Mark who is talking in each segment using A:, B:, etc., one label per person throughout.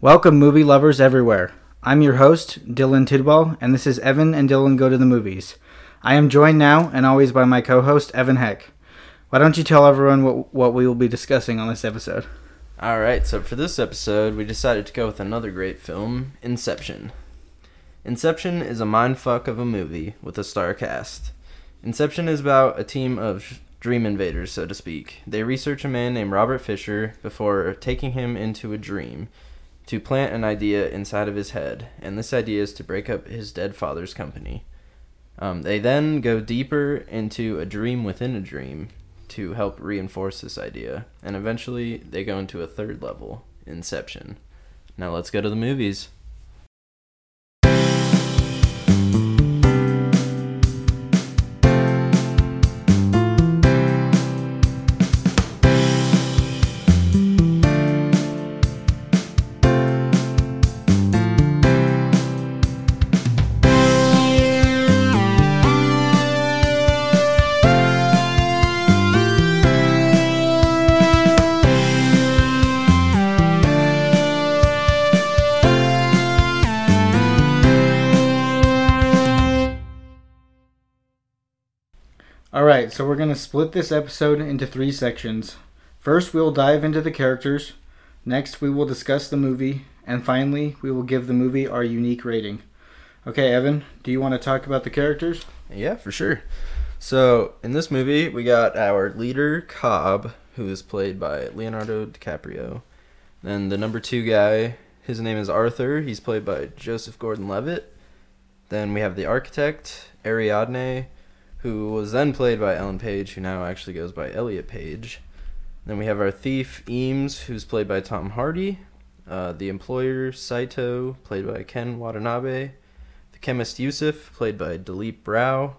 A: Welcome, movie lovers everywhere. I'm your host, Dylan Tidwell, and this is Evan and Dylan Go to the Movies. I am joined now and always by my co host, Evan Heck. Why don't you tell everyone what, what we will be discussing on this episode?
B: All right, so for this episode, we decided to go with another great film, Inception. Inception is a mindfuck of a movie with a star cast. Inception is about a team of dream invaders, so to speak. They research a man named Robert Fisher before taking him into a dream to plant an idea inside of his head, and this idea is to break up his dead father's company. Um, they then go deeper into a dream within a dream to help reinforce this idea, and eventually they go into a third level, Inception. Now let's go to the movies.
A: All right, so we're going to split this episode into three sections. First, we will dive into the characters. Next, we will discuss the movie. And finally, we will give the movie our unique rating. Okay, Evan, do you want to talk about the characters?
B: Yeah, for sure. So in this movie, we got our leader Cobb, who is played by Leonardo DiCaprio. Then the number two guy, his name is Arthur. He's played by Joseph Gordon-Levitt. Then we have the architect Ariadne, who was then played by Ellen Page, who now actually goes by Elliot Page. Then we have our thief Eames, who's played by Tom Hardy. Uh, the employer Saito, played by Ken Watanabe. The chemist Yusuf, played by Dilip Rao.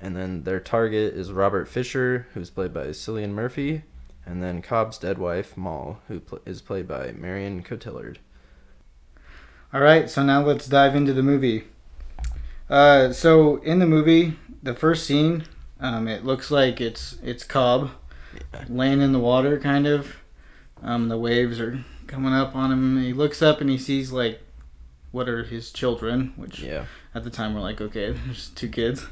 B: And then their target is Robert Fisher, who's played by Cillian Murphy. And then Cobb's dead wife, Moll, who pl- is played by Marion Cotillard.
A: All right, so now let's dive into the movie. Uh, so in the movie, the first scene, um, it looks like it's it's Cobb laying in the water, kind of. Um, the waves are coming up on him. He looks up and he sees like what are his children, which
B: Yeah.
A: at the time we're like, okay, there's two kids.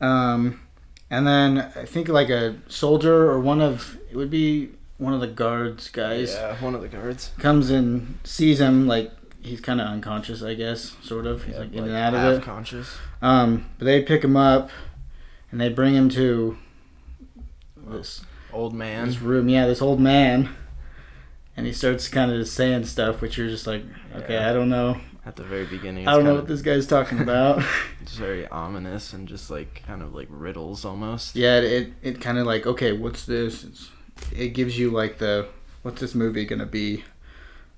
A: Um, and then I think like a soldier or one of it would be one of the guards guys
B: Yeah, one of the guards.
A: comes and sees him like he's kind of unconscious, I guess, sort of. He's
B: Yeah,
A: like in and out of it.
B: conscious.
A: Um, but they pick him up and they bring him to this
B: Old man.
A: this room. Yeah, this old man, and he starts kind of just saying stuff, which you're just like, okay,
B: Yeah.
A: I don't know,
B: At the very beginning.
A: I don't
B: it's
A: know
B: kind
A: what this guy's talking about.
B: It's very ominous and just like kind of like riddles almost.
A: yeah, it it, it kind of like, okay, what's this? It's, it gives you like the what's this movie gonna be,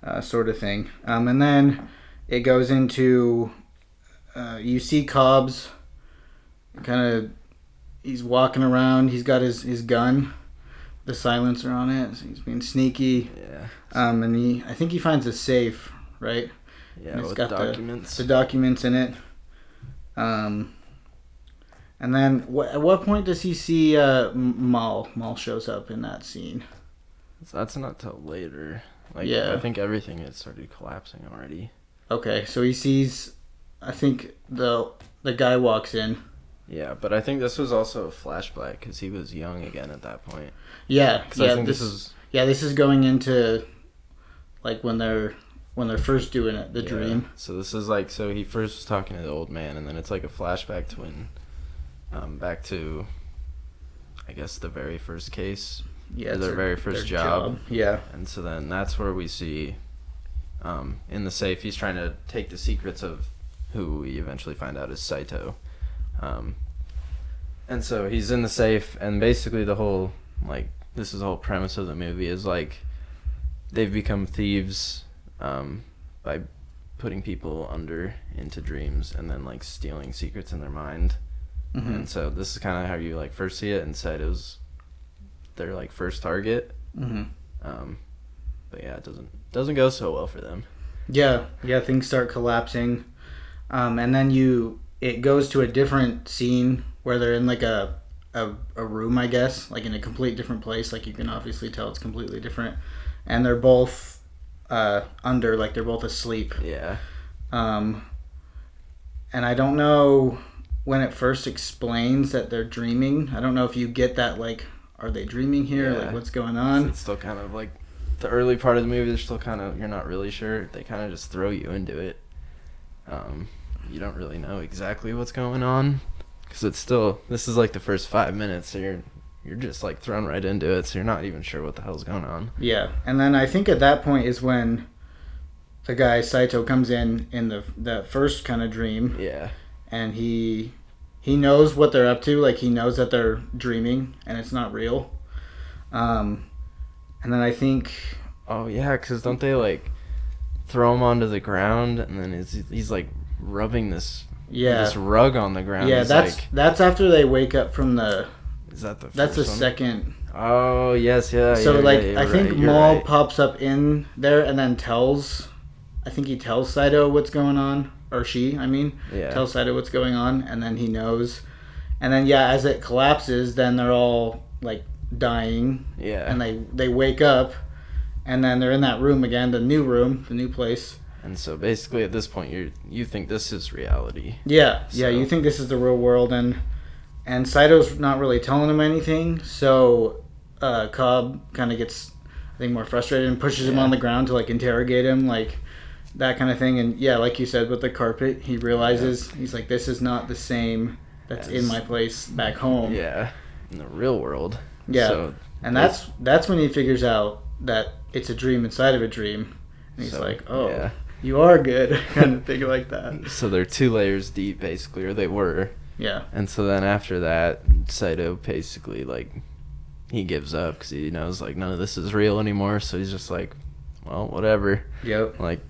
A: uh, sort of thing. Um, and then it goes into uh, you see Cobb's kind of he's walking around. He's got his his gun, the silencer on it. So he's being sneaky.
B: Yeah.
A: Um, and he I think he finds a safe, right?
B: Yeah,
A: And it's
B: with
A: got the-
B: documents.
A: the documents in it. Um, and then wh- at what point does he see uh, M- Maul? Maul shows up in that scene.
B: So that's not till later. Like
A: Yeah.
B: I think everything had started collapsing already.
A: Okay, so he sees. I think the the guy walks in.
B: Yeah, but I think this was also a flashback because he was young again at that point.
A: Yeah,
B: 'Cause
A: yeah.
B: I think
A: this,
B: this, is
A: yeah. This is going into like when they're when they're first doing it, the
B: yeah.
A: dream.
B: So this is like so he first was talking to the old man, and then it's like a flashback to when, um, back to, I guess the very first case,
A: Yeah,
B: Their
A: it's
B: very first job.
A: Yeah,
B: and so then that's where we see, um, in the safe he's trying to take the secrets of who we eventually find out is Saito, um, and so he's in the safe, and basically the whole like this is the whole premise of the movie is like they've become thieves um, by putting people under into dreams and then like stealing secrets in their mind
A: hmm
B: and so this is kind of how you like first see it and said it was their like first target
A: hmm
B: um, but yeah it doesn't doesn't go so well for them
A: yeah, yeah. Things start collapsing, um, and then you it goes to a different scene where they're in like a, a a room, I guess, like in a complete different place. Like you can obviously tell it's completely different, and they're both uh, under, like they're both asleep.
B: Yeah.
A: Um, and I don't know when it first explains that they're dreaming. I don't know if you get that, like, are they dreaming here?
B: Yeah.
A: Like, what's going
B: So
A: on?
B: it's still kind of like the early part of the movie. They're still kind of you're not really sure. They kind of just throw you into it. Um, you don't really know exactly what's going on because it's still this is like the first five minutes. So you're you're just like thrown right into it. So you're not even sure what the hell's going on.
A: Yeah, and then I think at that point is when the guy Saito comes in in the that first kind of dream,
B: Yeah.
A: and he he knows what they're up to. Like he knows that they're dreaming and it's not real. Um, and then I think
B: Oh yeah, because don't they like throw him onto the ground and then he's he's like rubbing this
A: yeah
B: this rug on the ground.
A: yeah
B: It's
A: that's
B: like,
A: that's after they wake up from the
B: is that the
A: that's the
B: first one?
A: second.
B: Oh yes, yeah.
A: so
B: yeah,
A: like
B: yeah, you're
A: I think
B: right, you're
A: Maul
B: right.
A: pops up in there and then tells, I think he tells Saito what's going on or she I mean.
B: yeah.
A: tells Saito what's going on, and then he knows. And then yeah, as it collapses, then they're all like dying,
B: yeah.
A: and they they wake up, and then they're in that room again, the new room, the new place.
B: And so basically at this point you you think this is reality.
A: Yeah, yeah.
B: So-
A: You think this is the real world, and and Saito's not really telling him anything, so uh, Cobb kind of gets I think more frustrated and pushes him
B: Yeah.
A: on the ground to like interrogate him, like. That kind of thing, and yeah, like you said, with the carpet, he realizes he's like, "This is not the same that's in
B: Yes.
A: my place back home."
B: Yeah. In the real world.
A: Um, Yeah.
B: So,
A: And that's that's when he figures out that it's a dream inside of a dream. And he's
B: so,
A: like, "Oh,
B: yeah.
A: you are good," kind of thing like that.
B: So they're two layers deep basically, or they were.
A: Yeah,
B: And so then after that, Saito basically like he gives up because he knows like none of this is real anymore. So he's just like, well, whatever.
A: yep,
B: Like,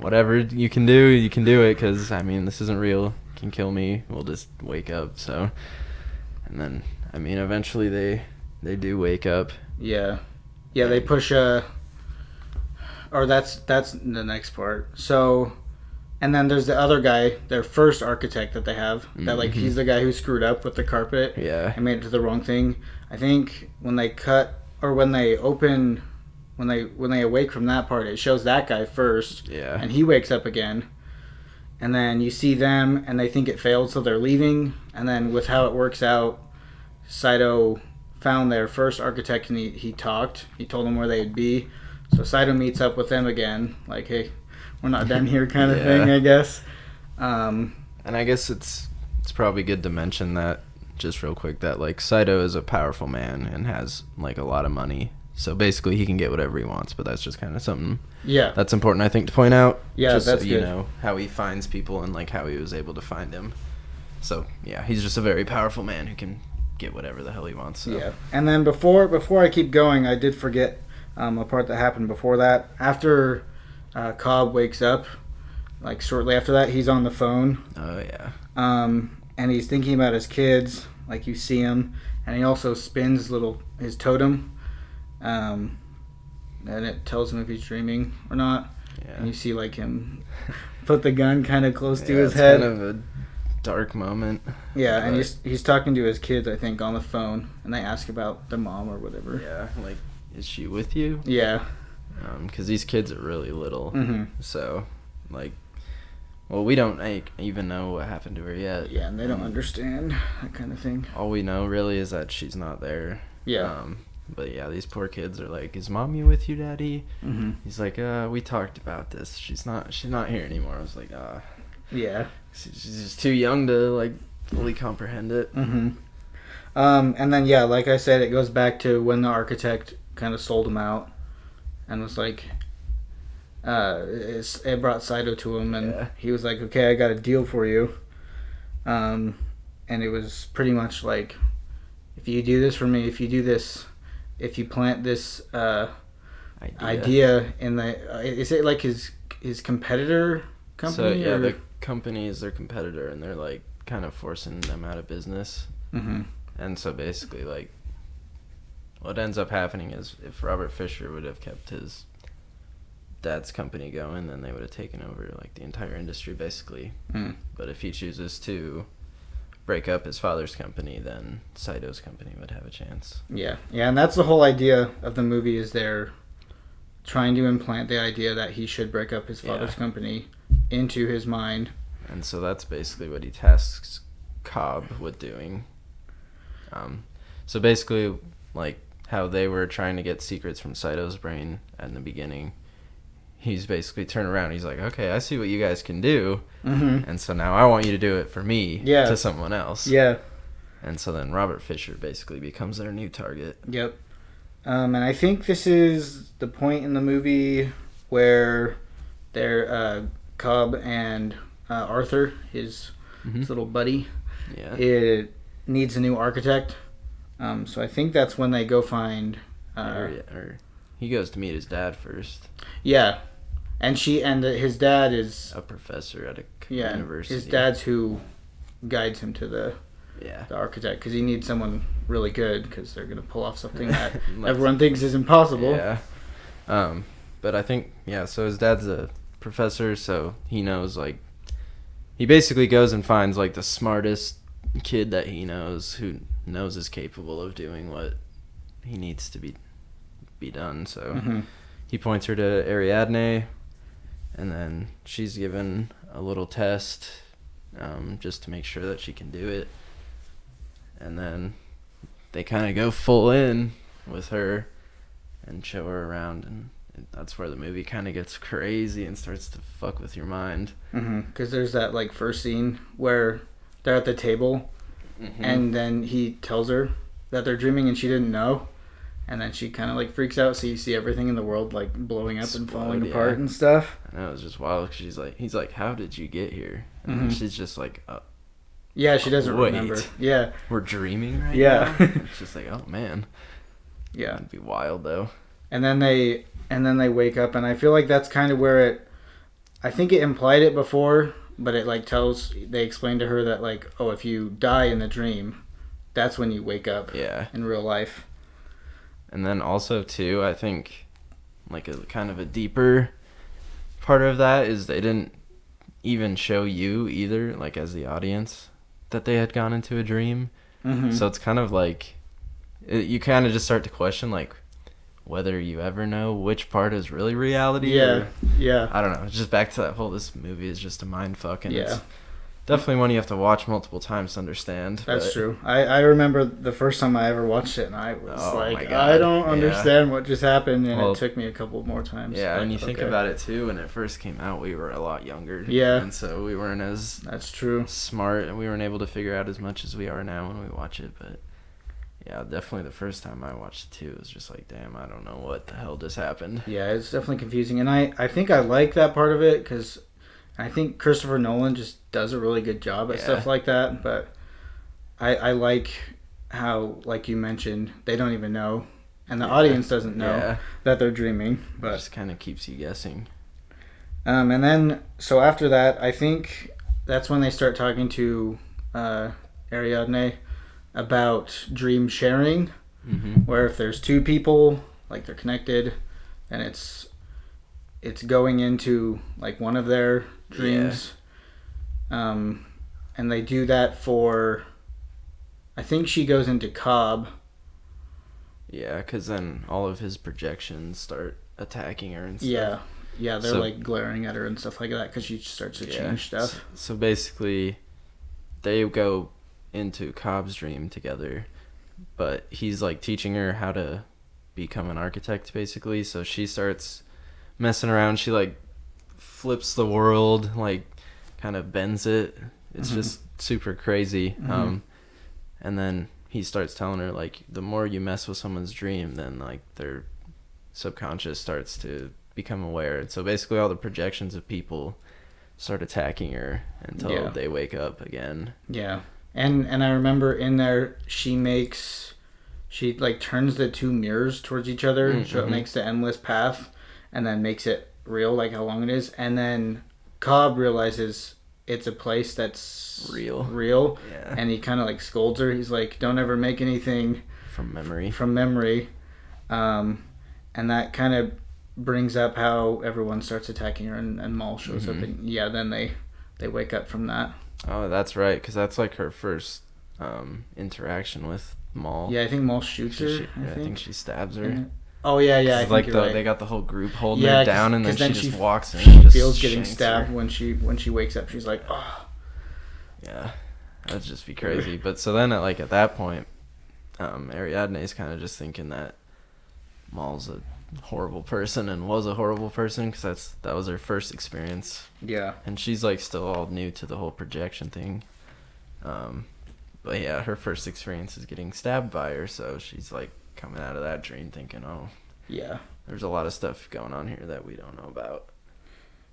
B: whatever you can do, you can do it. Because I mean, this isn't real. You can kill me. We'll just wake up. So, and then I mean, eventually they they do wake up.
A: yeah, yeah. They push uh or that's that's the next part. So, and then there's the other guy, their first architect that they have. That like
B: Mhm.
A: he's the guy who screwed up with the carpet.
B: Yeah.
A: I made it to the wrong thing. I think when they cut or when they open, when they when they awake from that part, it shows that guy first.
B: Yeah.
A: and he wakes up again and then you see them and they think it failed so they're leaving and then with how it works out saito found their first architect and he, he talked he told them where they'd be so saito meets up with them again like hey we're not done here kind of thing
B: Yeah.
A: i guess um,
B: And I guess it's it's probably good to mention that just real quick that like Saito is a powerful man and has like a lot of money. So basically he can get whatever he wants, but that's just kind of something
A: yeah
B: that's important I think to point out.
A: yeah
B: just so
A: that's
B: you
A: good
B: know how he finds people and like how he was able to find him. So yeah, he's just a very powerful man who can get whatever the hell he wants. So.
A: Yeah. And then before before I keep going, I did forget um, a part that happened before that. After uh, Cobb wakes up, like shortly after that, he's on the phone
B: Oh yeah.
A: um, and he's thinking about his kids. Like you see him, and he also spins little his totem, um, and it tells him if he's dreaming or not. And
B: Yeah.
A: you see like him put the gun kind of close to
B: Yeah,
A: his
B: it's
A: head.
B: kind of a dark moment.
A: yeah, and
B: like-
A: he's he's talking to his kids, I think, on the phone, and they ask about the mom or whatever.
B: Yeah, like is she with you?
A: Yeah.
B: Um, 'cause these kids are really little.
A: hmm
B: So, like, well, we don't like, even know what happened to her yet.
A: Yeah, and they don't
B: Um,
A: understand that kind of thing.
B: All we know really is that she's not there.
A: Yeah.
B: Um, but yeah, these poor kids are like, "Is mommy with you, daddy?"
A: hmm
B: He's like, "Uh, we talked about this. She's not. She's not here anymore." I was like, "Ah,
A: Yeah.
B: she's she's just too young to like fully comprehend it."
A: hmm Um, and then yeah, like I said, it goes back to when the architect kind of sold him out, and was like, uh, it's, it brought Saito to him, and
B: Yeah.
A: he was like, "Okay, I got a deal for you." Um, and it was pretty much like, if you do this for me, if you do this, if you plant this uh,
B: Idea.
A: idea in the, uh, is it like his his competitor company?
B: so yeah,
A: or-
B: the company is their competitor, and they're like kind of forcing them out of business.
A: Mhm.
B: And so basically, like, what ends up happening is if Robert Fisher would have kept his dad's company going, then they would have taken over, like, the entire industry, basically.
A: Mm.
B: But if he chooses to break up his father's company, then Saito's company would have a chance.
A: Yeah, yeah, and that's the whole idea of the movie is their trying to implant the idea that he should break up his father's
B: Yeah.
A: company into his mind.
B: And so that's basically what he tasks Cobb with doing. Um, so basically, like how they were trying to get secrets from Saito's brain in the beginning, he's basically turned around. He's like, okay, I see what you guys can do.
A: Mm-hmm.
B: And so now I want you to do it for me
A: Yeah.
B: to someone else.
A: Yeah.
B: And so then Robert Fisher basically becomes their new target.
A: Yep. Um, and I think this is the point in the movie where their uh, Cub and uh, Arthur, his, his little buddy,
B: Hmm? Yeah.
A: it needs a new architect. Um, so I think that's when they go find. Uh,
B: or, or he goes to meet his dad first,
A: Yeah, and she and his dad is
B: a professor at a c-
A: yeah
B: university.
A: his dad's who guides him to the
B: Yeah.
A: the architect because he needs someone really good because they're gonna pull off something that everyone thinks is impossible.
B: Yeah. Um, but I think yeah. So his dad's a professor, so he knows like he basically goes and finds like the smartest kid that he knows who knows is capable of doing what he needs to be be done. So
A: hmm
B: he points her to Ariadne, and then she's given a little test um, just to make sure that she can do it. And then they kind of go full in with her and show her around, and that's where the movie kind of gets crazy and starts to fuck with your mind.
A: Because Mm-hmm. there's that like first scene where they're at the table
B: Mm-hmm.
A: and then he tells her that they're dreaming and she didn't know, and then she kind of like freaks out. So you see everything in the world like blowing up and falling
B: Explode,
A: apart
B: yeah.
A: and stuff.
B: and it was just wild 'cause she's like, he's like, how did you get here? And then
A: Mhm.
B: she's just like, uh,
A: Yeah, she doesn't
B: Wait.
A: remember. Yeah,
B: we're dreaming right
A: Yeah.
B: now. It's just like, oh man,
A: yeah.
B: that'd be wild though.
A: and then they and then they wake up and i feel like that's kind of where it i think it implied it before but it like tells they explain to her that like oh if you die in the dream that's when you wake up
B: Yeah.
A: in real life
B: And then also too, I think like a kind of a deeper part of that is they didn't even show you either, like as the audience, that they had gone into a dream.
A: mm-hmm.
B: So it's kind of like it, you kind of just start to question like whether you ever know which part is really reality.
A: yeah
B: or-
A: yeah
B: I don't know. It's just back to that whole this movie is just a mind fuck and it's
A: Yeah.
B: definitely one you have to watch multiple times to understand.
A: that's
B: but-
A: true I, I remember the first time i ever watched it and i was
B: Oh, my
A: like
B: God.
A: i don't
B: Yeah.
A: understand what just happened and
B: Well,
A: it took me a couple more times
B: Yeah,
A: Like,
B: and you think
A: okay,
B: about it too. When it first came out, we were a lot younger.
A: Yeah.
B: and so we weren't as
A: that's true
B: smart, and we weren't able to figure out as much as we are now when we watch it. But yeah, definitely the first time I watched it too, it was just like, damn, I don't know what the hell just happened.
A: Yeah, it's definitely confusing, and I I think I like that part of it because I think Christopher Nolan just does a really good job at
B: Yeah.
A: stuff like that. But I I like how, like you mentioned, they don't even know, and the
B: Yeah.
A: audience doesn't know
B: Yeah,
A: that they're dreaming.
B: it
A: But
B: just kind of keeps you guessing.
A: um, and then so after that, I think that's when they start talking to uh, Ariadne about dream sharing
B: Mm-hmm.
A: where if there's two people like they're connected and it's it's going into like one of their dreams um and they do that for i think she goes into cobb
B: Yeah, because then all of his projections start attacking her and stuff.
A: yeah yeah they're
B: So-
A: like glaring at her and stuff like that because she starts to
B: Yeah.
A: change
B: So,
A: stuff
B: so basically, they go into Cobb's dream together, but he's like teaching her how to become an architect, basically. So she starts messing around. She like flips the world, like kind of bends it. It's
A: Mhm.
B: just super crazy.
A: Mhm.
B: Um, and then he starts telling her like, the more you mess with someone's dream, then like their subconscious starts to become aware. And so basically, all the projections of people start attacking her until
A: Yeah.
B: they wake up again.
A: yeah and and i remember in there she makes she like turns the two mirrors towards each other so
B: Mhm.
A: it makes the endless path and then makes it real like how long it is and then cobb realizes it's a place that's
B: Real.
A: real
B: Yeah.
A: and he kind of like scolds her he's like don't ever make anything
B: From memory.
A: from memory um, and that kind of brings up how everyone starts attacking her and, and maul shows
B: Mhm.
A: up and yeah then they they wake up from that
B: Oh, that's right, because that's like her first um, interaction with Maul.
A: yeah i think maul shoots
B: She-
A: her
B: she-
A: I,
B: yeah,
A: think.
B: she stabs her.
A: And- Oh yeah, yeah. I think
B: like
A: you're
B: the,
A: right.
B: they got the whole group holding
A: Yeah,
B: her
A: 'cause-
B: down, and then
A: 'cause
B: she
A: then
B: just
A: she
B: walks in. And just
A: feels getting
B: shanks her.
A: stabbed when she when she wakes up. She's like, oh,
B: Yeah, that'd just be crazy. But so then, at, like at that point, um, Ariadne's kind of just thinking that Maul's a horrible person and was a horrible person because that's that was her first experience,
A: yeah,
B: and she's like still all new to the whole projection thing. Um, but yeah, her first experience is getting stabbed by her, so she's like coming out of that dream thinking, oh,
A: yeah.
B: there's a lot of stuff going on here that we don't know about.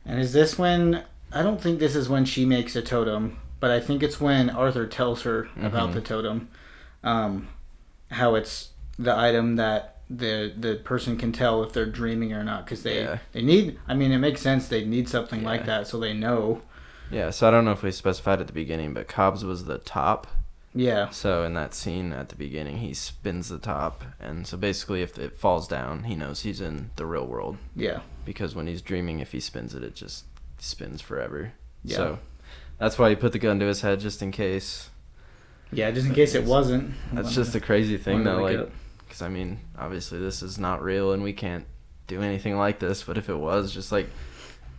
A: And is this when? I don't think this is when she makes a totem, but I think it's when Arthur tells her about
B: Mhm.
A: the totem, um, how it's the item that the the person can tell if they're dreaming or not because they
B: Yeah.
A: they need. I mean, it makes sense. They need something like
B: Yeah.
A: that so they know.
B: Yeah, so I don't know if we specified at the beginning, but Cobbs was the top
A: Yeah,
B: So in that scene at the beginning, he spins the top, and so basically, if it falls down, he knows he's in the real world
A: yeah,
B: because when he's dreaming, if he spins it, it just spins forever.
A: Yeah.
B: So that's why he put the gun to his head just in case.
A: yeah. Just in case it wasn't.
B: That's just the crazy thing,
A: Wanted
B: though.
A: to
B: Like,
A: get
B: because I mean, obviously, this is not real, and we can't do anything like this. But if it was, just like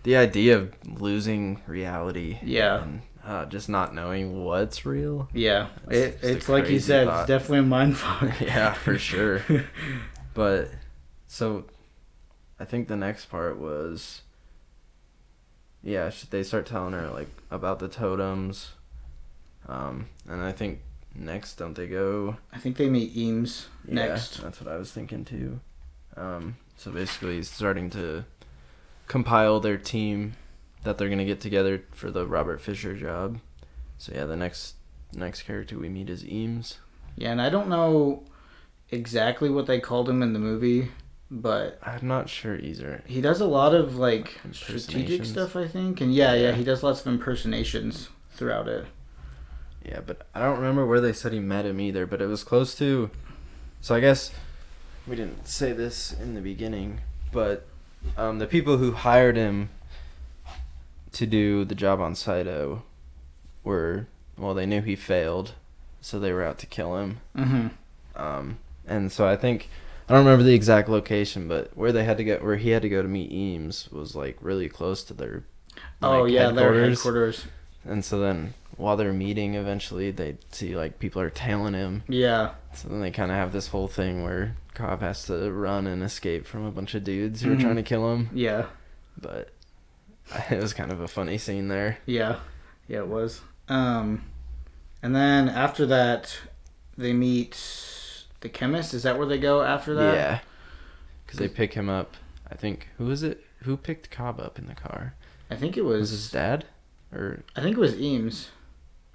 B: the idea of losing reality,
A: Yeah.
B: and uh, just not knowing what's real.
A: Yeah,
B: That's
A: it,
B: just a
A: it's like you
B: crazy
A: said,
B: thought.
A: it's definitely a mind fuck.
B: Yeah, for sure. But so I think the next part was yeah, sh- they start telling her like about the totems. Um and I think next don't they go
A: I think they meet Eames
B: Yeah,
A: next.
B: That's what I was thinking too. Um so basically he's starting to compile their team that they're going to get together for the Robert Fisher job. So yeah, the next next character we meet is Eames.
A: Yeah, and I don't know exactly what they called him in the movie, but
B: I'm not sure either.
A: he does a lot of like strategic
B: Impersonations.
A: stuff, I think. And yeah, yeah,
B: Yeah.
A: he does lots of impersonations throughout it.
B: Yeah, but I don't remember where they said he met him either, but it was close to. So I guess we didn't say this in the beginning, but um, the people who hired him to do the job on Saito were. Well, they knew he failed, so they were out to kill him.
A: Mm-hmm.
B: Um, and so I think. I don't remember the exact location, but where they had to get, where he had to go to meet Eames, was like really close to their.
A: oh
B: like,
A: yeah, their headquarters.
B: and so then while they're meeting, eventually they see like people are tailing him.
A: Yeah,
B: So then they kind of have this whole thing where Cobb has to run and escape from a bunch of dudes who are
A: Mhm.
B: trying to kill him.
A: yeah,
B: But it was kind of a funny scene there.
A: yeah, yeah. It was. Um, and then after that, they meet the chemist. Is that where they go after that?
B: Yeah. Because they pick him up. I think who is it? Who picked Cobb up in the car?
A: I think it
B: Was
A: was.
B: his dad? Or
A: I think it was Eames.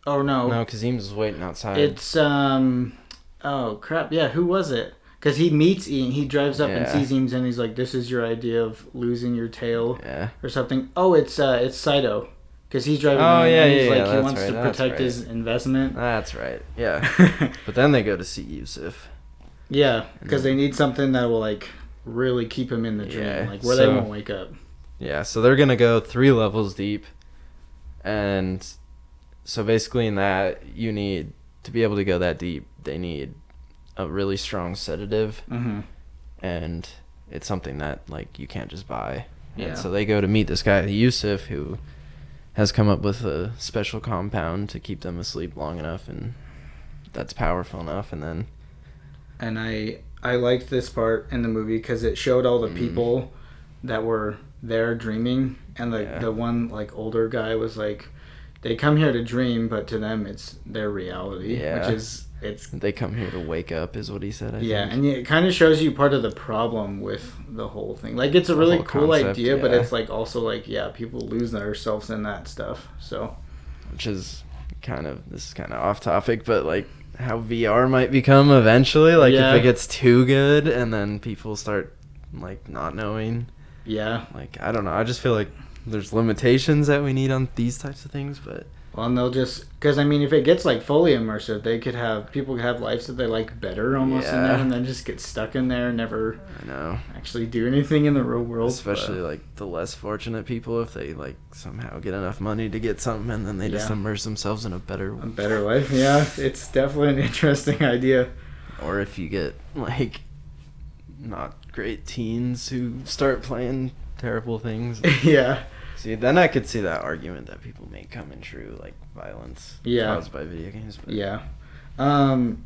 A: Oh no,
B: no? Because Eames was waiting outside.
A: It's um, oh crap, yeah. Who was it? Because he meets Ian, he drives up and
B: Yeah.
A: sees Eames, and he's like, "This is your idea of losing your tail
B: yeah.
A: or something." Oh, it's uh, it's Saito, because he's driving.
B: Oh,
A: in,
B: yeah,
A: and he's
B: yeah,
A: like
B: yeah,
A: He
B: that's
A: wants
B: right,
A: to
B: that's
A: protect
B: right. Uh,
A: his investment.
B: That's right. Yeah. But then they go to see Yusuf.
A: yeah, because they need something that will like really keep him in the dream,
B: Yeah,
A: like where they
B: so-
A: won't wake up.
B: Yeah, so they're gonna go three levels deep, and so basically in that you need to be able to go that deep. They need a really strong sedative,
A: Mm-hmm.
B: and it's something that like you can't just buy.
A: Yeah.
B: And so they go to meet this guy Yusuf, who has come up with a special compound to keep them asleep long enough, and that's powerful enough. And then
A: and I I liked this part in the movie because it showed all the
B: Mm.
A: people that were there dreaming, and the
B: Yeah.
A: the one like older guy was like, they come here to dream, but to them it's their reality,
B: Yeah.
A: which is it's
B: they come here to wake up, is what he said. I
A: yeah,
B: think.
A: and it kind of shows you part of the problem with the whole thing. Like it's a
B: The
A: really
B: whole
A: cool
B: concept,
A: idea, but
B: yeah.
A: it's like also like yeah, people lose themselves in that stuff. So
B: which is kind of this is kind of off topic, but like how VR might become eventually, like
A: Yeah.
B: if it gets too good and then people start like not knowing.
A: yeah,
B: Like I don't know. I just feel like there's limitations that we need on these types of things, but
A: well, and they'll just because I mean, if it gets like fully immersive, they could have people could have lives that they like better almost in
B: Yeah.
A: there, and then just get stuck in there, and never
B: I know,
A: actually do anything in the real world.
B: especially like the less fortunate people if they like somehow get enough money to get something and then they just
A: Yeah.
B: immerse themselves in a better
A: but a better life. Yeah, it's definitely an interesting idea.
B: or if you get like not great teens who start playing terrible things.
A: yeah.
B: see, then I could see that argument that people make coming true, like violence
A: Yeah.
B: caused by video games. But
A: Yeah. Um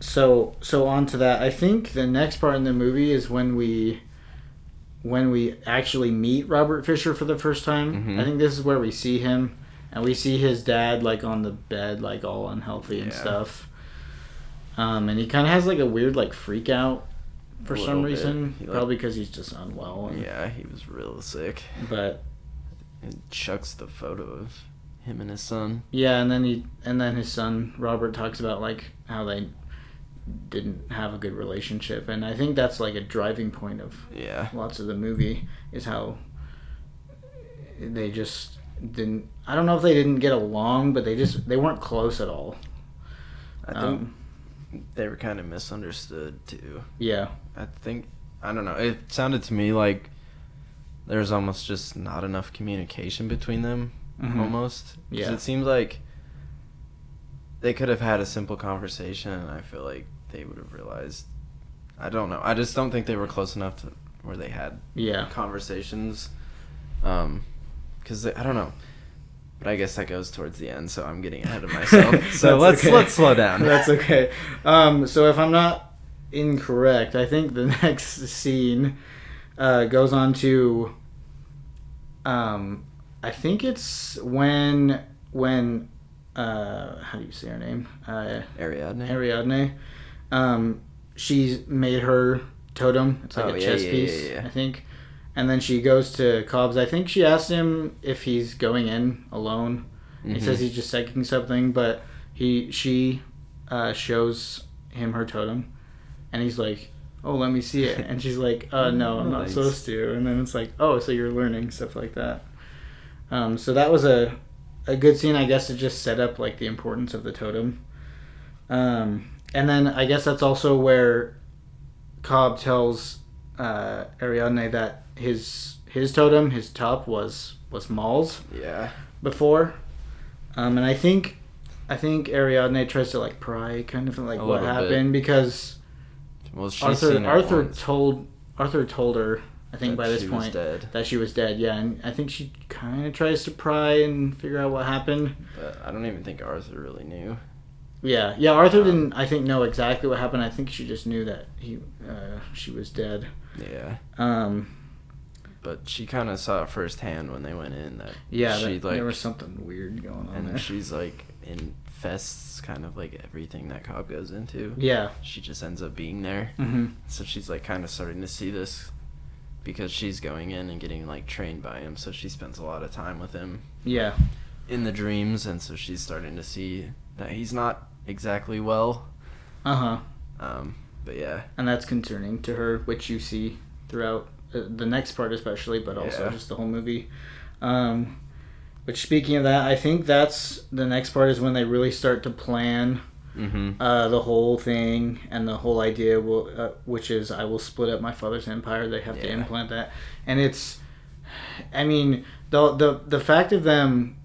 A: so so on to that. I think the next part in the movie is when we when we actually meet Robert Fisher for the first time.
B: Mhm.
A: I think this is where we see him and we see his dad like on the bed like all unhealthy and
B: Yeah.
A: stuff. Um and he kind of has like a weird like freak out for
B: A
A: some
B: little bit.
A: reason,
B: He, like-
A: probably because he's just unwell. And,
B: yeah, he was real sick.
A: But
B: And chucks the photo of him and his son.
A: Yeah, and then he and then his son Robert talks about like how they didn't have a good relationship, and I think that's like a driving point of
B: Yeah,
A: lots of the movie is how they just didn't. I don't know if they didn't get along, but they just they weren't close at all.
B: I think
A: Um,
B: they were kind of misunderstood too.
A: yeah,
B: I think I don't know. It sounded to me like there's almost just not enough communication between them.
A: Mhm.
B: Almost. 'Cause
A: Yeah.
B: It seems like they could have had a simple conversation, and I feel like they would have realized. I don't know. I just don't think they were close enough to where they had
A: yeah,
B: conversations. Um, because I don't know. But I guess that goes towards the end, so I'm getting ahead of myself. so
A: That's
B: let's
A: okay.
B: let's slow down.
A: That's okay. Um, so if I'm not incorrect, I think the next scene uh, goes on to. Um, I think it's when when uh, how do you say her name? Uh,
B: Ariadne.
A: Ariadne. Um, she's made her totem. It's like
B: Oh,
A: a
B: yeah,
A: chess
B: yeah,
A: piece,
B: yeah, yeah.
A: I think. And then she goes to Cobb's. I think she asked him if he's going in alone. He
B: Mhm.
A: says he's just taking something, but he she uh, shows him her totem, and he's like, "Oh, let me see it." And she's like, "Uh, no, I'm not
B: Nice.
A: supposed to." And then it's like, "Oh, so you're learning stuff like that." Um, so that was a a good scene, I guess, to just set up like the importance of the totem. Um, and then I guess that's also where Cobb tells uh, Ariadne that his his totem, his top was was Maul's
B: Yeah.
A: before, um, and I think I think Ariadne tries to like pry kind of like
B: A
A: what
B: little bit.
A: happened because
B: Well, she's
A: Arthur
B: seen it
A: Arthur
B: once.
A: told Arthur told her I think
B: that
A: by this
B: she was
A: point
B: dead.
A: that she was dead. Yeah, and I think she kind of tries to pry and figure out what happened.
B: But I don't even think Arthur really knew.
A: Yeah, yeah. Arthur
B: Um,
A: didn't I think know exactly what happened. I think she just knew that he uh, she was dead.
B: Yeah.
A: Um,
B: But she kind of saw it firsthand when they went in that
A: yeah,
B: she
A: that-
B: like
A: there was something weird going on
B: and
A: there.
B: she's like infests kind of like everything that Cobb goes into.
A: yeah.
B: She just ends up being there.
A: hmm
B: So she's like kind of starting to see this because she's going in and getting like trained by him. So she spends a lot of time with him
A: Yeah.
B: in the dreams and so she's starting to see that he's not exactly well.
A: Uh huh.
B: Um but yeah,
A: and that's concerning to her, which you see throughout uh, the next part, especially, but also
B: Yeah.
A: just the whole movie. Um, which, speaking of that, I think that's the next part is when they really start to plan
B: mhm.
A: uh, the whole thing and the whole idea, will, uh, which is I will split up my father's empire. They have to
B: Yeah.
A: implant that, and it's, I mean, the the the fact of them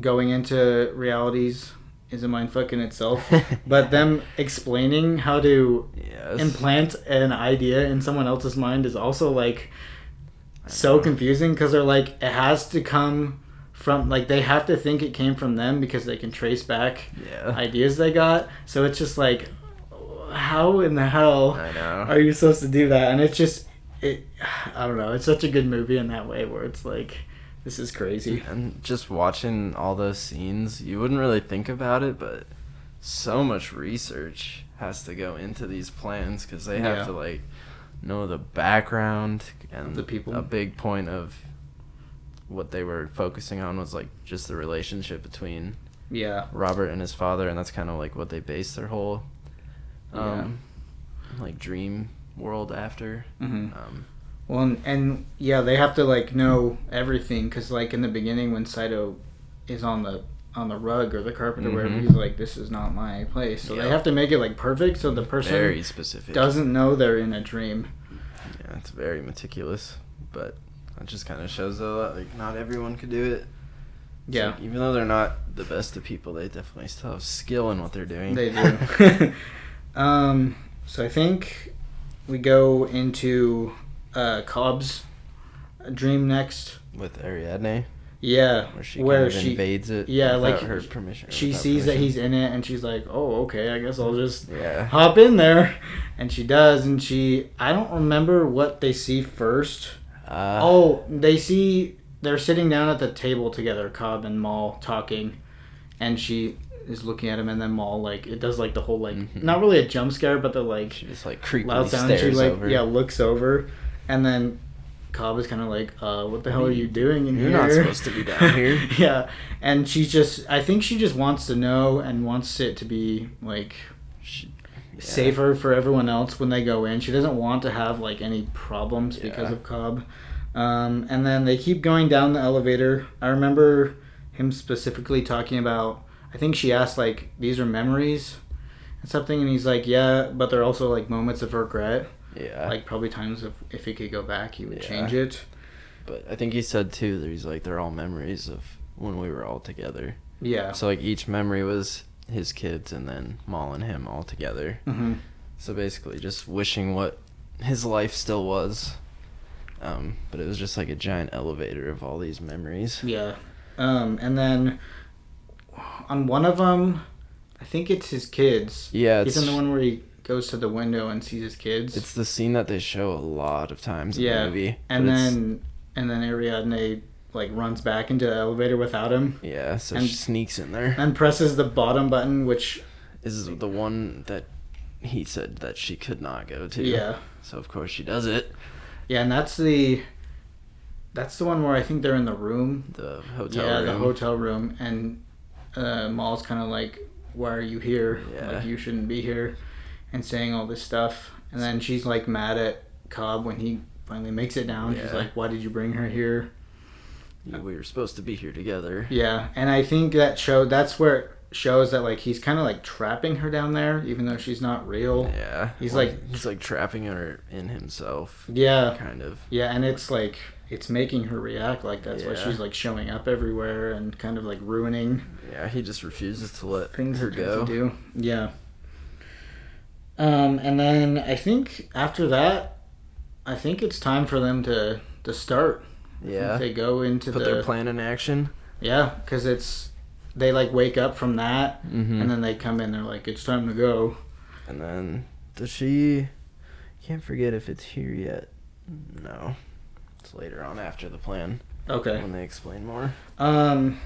A: going into realities is a mind fuck in itself. But them explaining how to
B: yes.
A: implant an idea in someone else's mind is also like
B: I
A: so
B: know.
A: confusing because they're like it has to come from like they have to think it came from them because they can trace back
B: Yeah.
A: ideas they got so it's just like how in the hell
B: I know.
A: are you supposed to do that and it's just it i don't know it's such a good movie in that way where it's like this is crazy
B: And just watching all those scenes, you wouldn't really think about it, but so much research has to go into these plans because they have
A: Yeah.
B: to like know the background and
A: The people.
B: A big point of what they were focusing on was like just the relationship between
A: yeah
B: Robert and his father, and that's kind of like what they based their whole um, like dream world after.
A: hmm
B: Um,
A: Well, and, and yeah, they have to like know everything because like in the beginning when Saito is on the on the rug or the carpet or wherever,
B: Mhm.
A: he's like, "This is not my place." So they
B: Yeah.
A: have to make it like perfect so the person
B: very specific.
A: doesn't know they're in a dream.
B: Yeah, it's very meticulous, but it just kind of shows though that like not everyone could do it. It's
A: Yeah,
B: like, even though they're not the best of people, they definitely still have skill in what they're doing.
A: they do. um, so I think we go into uh, Cobb's dream next.
B: with Ariadne,
A: Yeah,
B: where she
A: Where
B: kind of
A: she-
B: invades it.
A: yeah,
B: without
A: like,
B: her permission.
A: she
B: without
A: sees that
B: permission.
A: he's in it, and she's like, "Oh, okay, I guess I'll just
B: Yeah.
A: hop in there." And she does, and she I don't remember what they see first.
B: Uh,
A: Oh, they see they're sitting down at the table together, Cobb and Maul talking, and she is looking at him, and then Maul like it does like the whole like
B: Mhm.
A: not really a jump scare, but the like
B: She just like creepily
A: loud sound. and
B: stares
A: She like
B: over.
A: yeah looks over, and then Cobb is kind of like, uh, "What the hell are you doing in
B: You're
A: here?
B: not supposed to be down here.
A: yeah, and she just I think she just wants to know and wants it to be like
B: She- yeah.
A: safer for everyone else when they go in. She doesn't want to have like any problems because
B: Yeah.
A: of Cobb. Um, and then they keep going down the elevator. I remember him specifically talking about. I think she asked like, "These are memories." and Something and he's like, yeah, but they're also like moments of regret.
B: Yeah.
A: like probably times if if he could go back, he would
B: Yeah.
A: change it.
B: but I think he said too that he's like they're all memories of when we were all together.
A: Yeah.
B: So like each memory was his kids and then Maul and him all together.
A: hmm
B: So basically just wishing what his life still was. Um, but it was just like a giant elevator of all these memories.
A: Yeah. Um, and then on one of them, I think it's his kids.
B: Yeah,
A: He's
B: it's
A: in the one where he goes to the window and sees his kids.
B: it's the scene that they show a lot of times in
A: Yeah,
B: the movie.
A: and
B: but it's-
A: then and then Ariadne like runs back into the elevator without him
B: yeah, so
A: and-
B: she sneaks in there.
A: and presses the bottom button, which
B: Is the one that he said that she could not go to.
A: yeah.
B: So of course she does it.
A: Yeah, and that's the that's the one where I think they're in the room.
B: The hotel
A: yeah,
B: room.
A: the hotel room and uh Maul's kinda like, Why are you here?
B: Yeah.
A: Like you shouldn't be here and saying all this stuff. And then she's like mad at Cobb when he finally makes it down. She's
B: Yeah.
A: like, Why did you bring her here?
B: You- We were supposed to be here together.
A: Yeah, and I think that show that's where it shows that like he's kind of like trapping her down there, even though she's not real.
B: Yeah.
A: He's like-
B: he's like trapping her in himself,
A: Yeah,
B: kind of.
A: yeah, and it's like it's making her react like that's why
B: Yeah.
A: she's like showing up everywhere and kind of like ruining
B: Yeah, he just refuses to let
A: things
B: her
A: that tries
B: go.
A: To do. Yeah. Um, and then I think after that, I think it's time for them to to start.
B: Yeah.
A: they go into
B: Put
A: the
B: their plan in action.
A: yeah, because it's they like wake up from that
B: Mm-hmm.
A: and then they come in. They're like, it's time to go.
B: and then does she? Can't forget if it's here yet. No, it's later on after the plan
A: Okay.
B: when they explain more.
A: Um.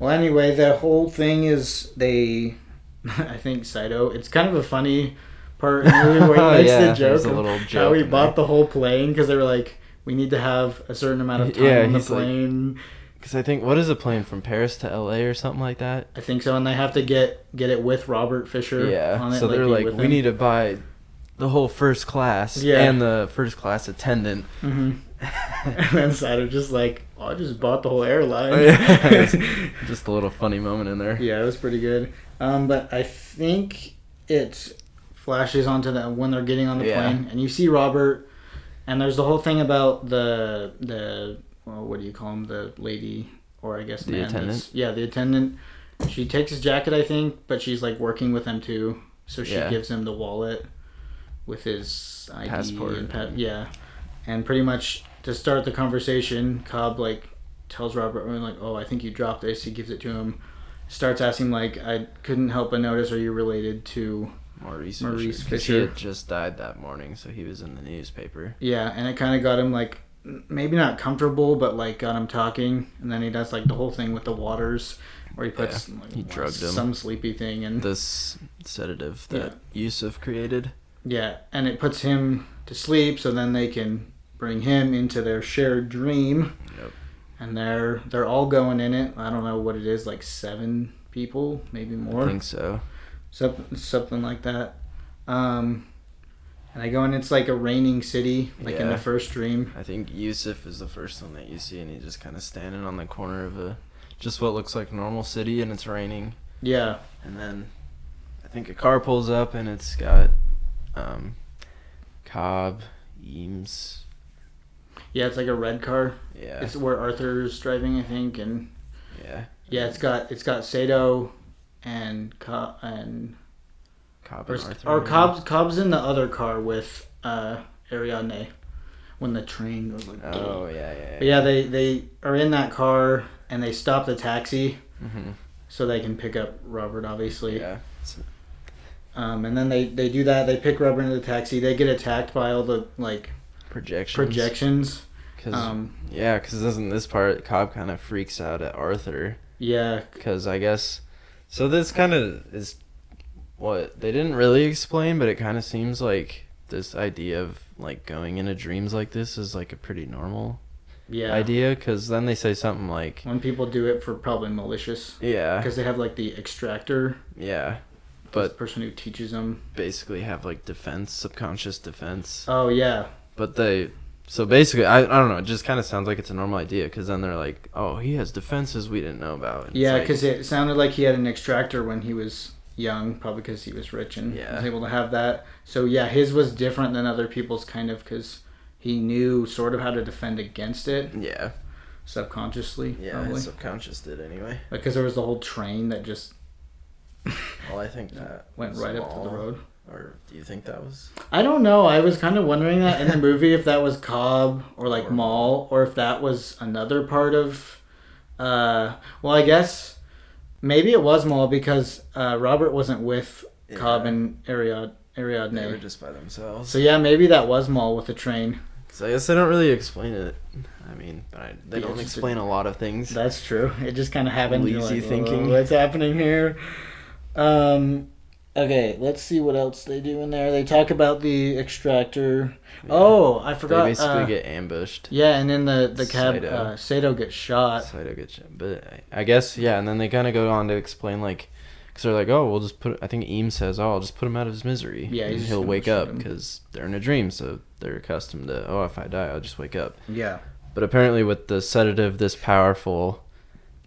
A: Well, anyway, the whole thing is they. I think Saito. It's kind of a funny part in the movie where he
B: Oh,
A: makes
B: yeah,
A: the joke,
B: there's a
A: of
B: little
A: how
B: joke
A: he
B: in
A: bought the whole plane because they were like, we need to have a certain amount of time
B: Yeah,
A: on the
B: he's like-
A: plane.
B: Because I think what is a plane from Paris to L.A. or something like that.
A: I think so, and they have to get get it with Robert Fisher.
B: yeah.
A: On it,
B: So they're
A: be
B: like,
A: with
B: we
A: him."
B: need to buy the whole first class
A: Yeah.
B: and the first class attendant.
A: Mhm. and then Saito just like, oh, I just bought the whole airline.
B: Oh, yeah. Just a little funny moment in there.
A: Yeah, it was pretty good. Um, but I think it flashes onto the when they're getting on the
B: Yeah.
A: plane, and you see Robert, and there's the whole thing about the the well, what do you call him? The lady, or I guess
B: The
A: man that's-
B: attendant?
A: Yeah, the attendant. She takes his jacket, I think, but she's like working with him too. So she
B: Yeah.
A: gives him the wallet with his ID
B: Passport
A: and pa-
B: and-
A: yeah, and pretty much to start the conversation, Cobb like tells Robert Owen like, "Oh, I think you dropped this." He gives it to him. Starts asking like, "I couldn't help but notice. Are you related to?"
B: Maurice,
A: Maurice
B: Fisher. 'cause He
A: Fisher.
B: had just died that morning, so he was in the newspaper.
A: Yeah, and it kind of got him like, m- maybe not comfortable, but like got him talking. And then he does like the whole thing with the waters, where he puts like,
B: he drugged him.
A: some sleepy thing, and
B: This sedative that Yusuf created.
A: yeah, and it puts him to sleep. So then they can bring him into their shared dream.
B: Yep.
A: And they're they're all going in it. I don't know what it is, like seven people, maybe
B: I
A: more.
B: think so.
A: Some- something like that. Um, and I go and it's like a raining city, like in
B: Yeah.
A: the first dream.
B: I think Yusuf is the first one that you see, and he's just kind of standing on the corner of a just what looks like a normal city, and it's raining.
A: Yeah,
B: And then I think a car pulls up, and it's got um, Cobb, Eames.
A: yeah, it's like a red car.
B: Yeah.
A: It's where Arthur's driving, I think, and
B: yeah.
A: yeah, it's got it's got Sato and Ka- and
B: Cobb
A: Or,
B: and Arthur.
A: or
B: yeah.
A: Cobb's, Cobb's in the other car with uh, Ariadne when the train goes like.
B: Oh yeah, yeah.
A: But yeah, they, they are in that car and they stop the taxi
B: hmm
A: so they can pick up Robert, obviously.
B: yeah.
A: Um, and then they, they do that. They pick Robert into the taxi. They get attacked by all the like
B: Projections.
A: projections.
B: Cause,
A: Um,
B: yeah, because doesn't this part Cobb kind of freaks out at Arthur
A: yeah,
B: because I guess so. This kind of is what they didn't really explain, but it kind of seems like this idea of like going into dreams like this is like a pretty normal idea.
A: yeah.
B: 'Cause idea because then they say something like
A: When people do it for probably malicious,
B: yeah
A: because they have like the extractor,
B: yeah
A: but
B: But-
A: person who teaches them.
B: basically have like defense subconscious defense
A: Oh yeah,
B: but they so basically I, I don't know it just kind of sounds like it's a normal idea because then they're like oh he has defenses we didn't know about and it's
A: yeah.
B: like-
A: Because it sounded like he had an extractor when he was young, probably because he was rich and
B: Yeah.
A: was able to have that. So yeah, his was different than other people's, kind of because he knew sort of how to defend against it
B: yeah
A: subconsciously,
B: yeah
A: probably.
B: his subconscious did anyway
A: Because there was the whole train that just
B: well I think that
A: went
B: was
A: right up to
B: all-
A: the road.
B: or do you think that was
A: I don't know. I was kind of wondering that in the movie if that was Cobb or like
B: Or-
A: Maul or if that was another part of. Uh, well, I guess maybe it was Maul because uh, Robert wasn't with Cobb
B: Yeah,
A: and Ariad- Ariadne.
B: they were just by themselves
A: so yeah, maybe that was Maul with the train.
B: so I guess they don't really explain it I mean but I, they
A: Yeah,
B: don't
A: just-
B: explain a lot of things
A: That's true. It just kind of happened. You're
B: Lazy
A: like,
B: thinking.
A: "Whoa, What's happening here? Um, okay, let's see what else they do in there. They talk about the extractor.
B: Yeah.
A: Oh, I
B: they
A: forgot.
B: basically
A: uh,
B: get ambushed
A: Yeah, and then the the cab
B: Saito.
A: uh, Sato gets shot.
B: So I don't get shit. But I, I guess yeah, and then they kind of go on to explain like, because they're like, oh, we'll just put. I think Eames says, oh, I'll just put him out of his misery.
A: Yeah, he's
B: and
A: just
B: he'll
A: gonna
B: wake
A: shoot
B: up
A: him.
B: because they're in a dream, so they're accustomed to oh, if I die, I'll just wake up.
A: Yeah,
B: But apparently, with the sedative this powerful,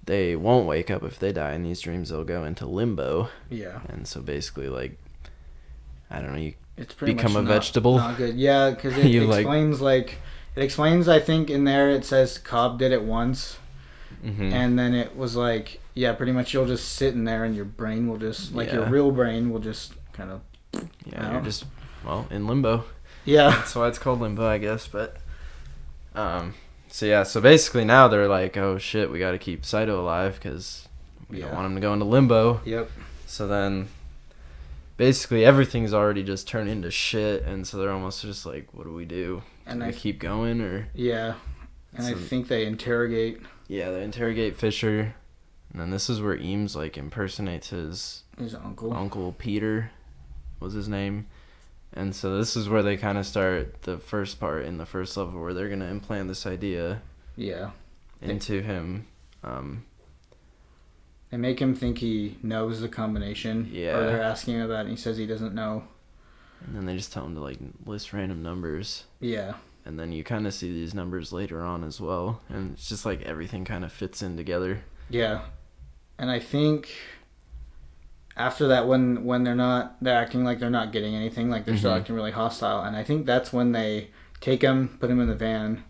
B: they won't wake up if they die in these dreams. They'll go into limbo,
A: yeah.
B: and so basically, like, I don't know, you
A: It's pretty
B: Become
A: much
B: a
A: not-
B: vegetable?
A: Not good. Yeah, because it
B: You, like-
A: explains like, it explains. I think in there it says Cobb did it once,
B: mhm.
A: and then it was like, yeah, pretty much you'll just sit in there and your brain will just like your
B: Yeah.
A: real brain will just kind of
B: yeah,
A: out.
B: you're just well in limbo.
A: yeah.
B: That's why it's called limbo, I guess. But um, so yeah, so basically now they're like, oh shit, we got to keep Saito alive because we don't
A: Yeah.
B: want him to go into limbo.
A: Yep.
B: So then, basically everything's already just turned into shit, and so they're almost just like, what do we do?
A: And
B: do
A: I
B: we keep going or
A: yeah, and I
B: So-
A: think they interrogate
B: yeah, they interrogate Fisher, and then this is where Eames like impersonates his
A: his uncle.
B: Uncle Peter was his name. And so this is where they kind of start the first part in the first level where they're going to implant this idea
A: Yeah,
B: into him. Um,
A: they make him think he knows the combination.
B: Yeah.
A: Or they're asking him about, it and he says he doesn't know.
B: and then they just tell him to like list random numbers.
A: Yeah.
B: And then you kind of see these numbers later on as well. And it's just like everything kind of fits in together.
A: Yeah, and I think after that, when when they're not, they're acting like they're not getting anything, like they're still
B: Mhm.
A: acting really hostile, and I think that's when they take him, put him in the van,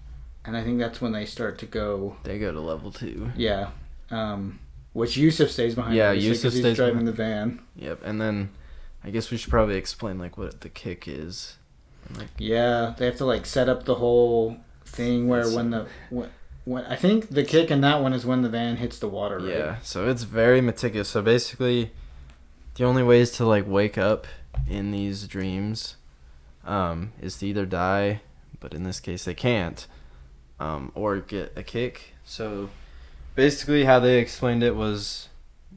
A: and I think that's when they start to go,
B: They go to level two.
A: yeah, um, which Yusuf stays behind.
B: Yeah,
A: obviously,
B: Yusuf
A: 'cause he's
B: stays
A: driving the van.
B: Yep. And then I guess we should probably explain like what the kick is. And, like,
A: Yeah, they have to like set up the whole thing where
B: It's-
A: when the when, when I think the kick in that one is when the van hits the water. Right?
B: Yeah, so it's very meticulous. So basically, the only ways to like wake up in these dreams um, is to either die, but in this case they can't, um, or get a kick. So basically, how they explained it was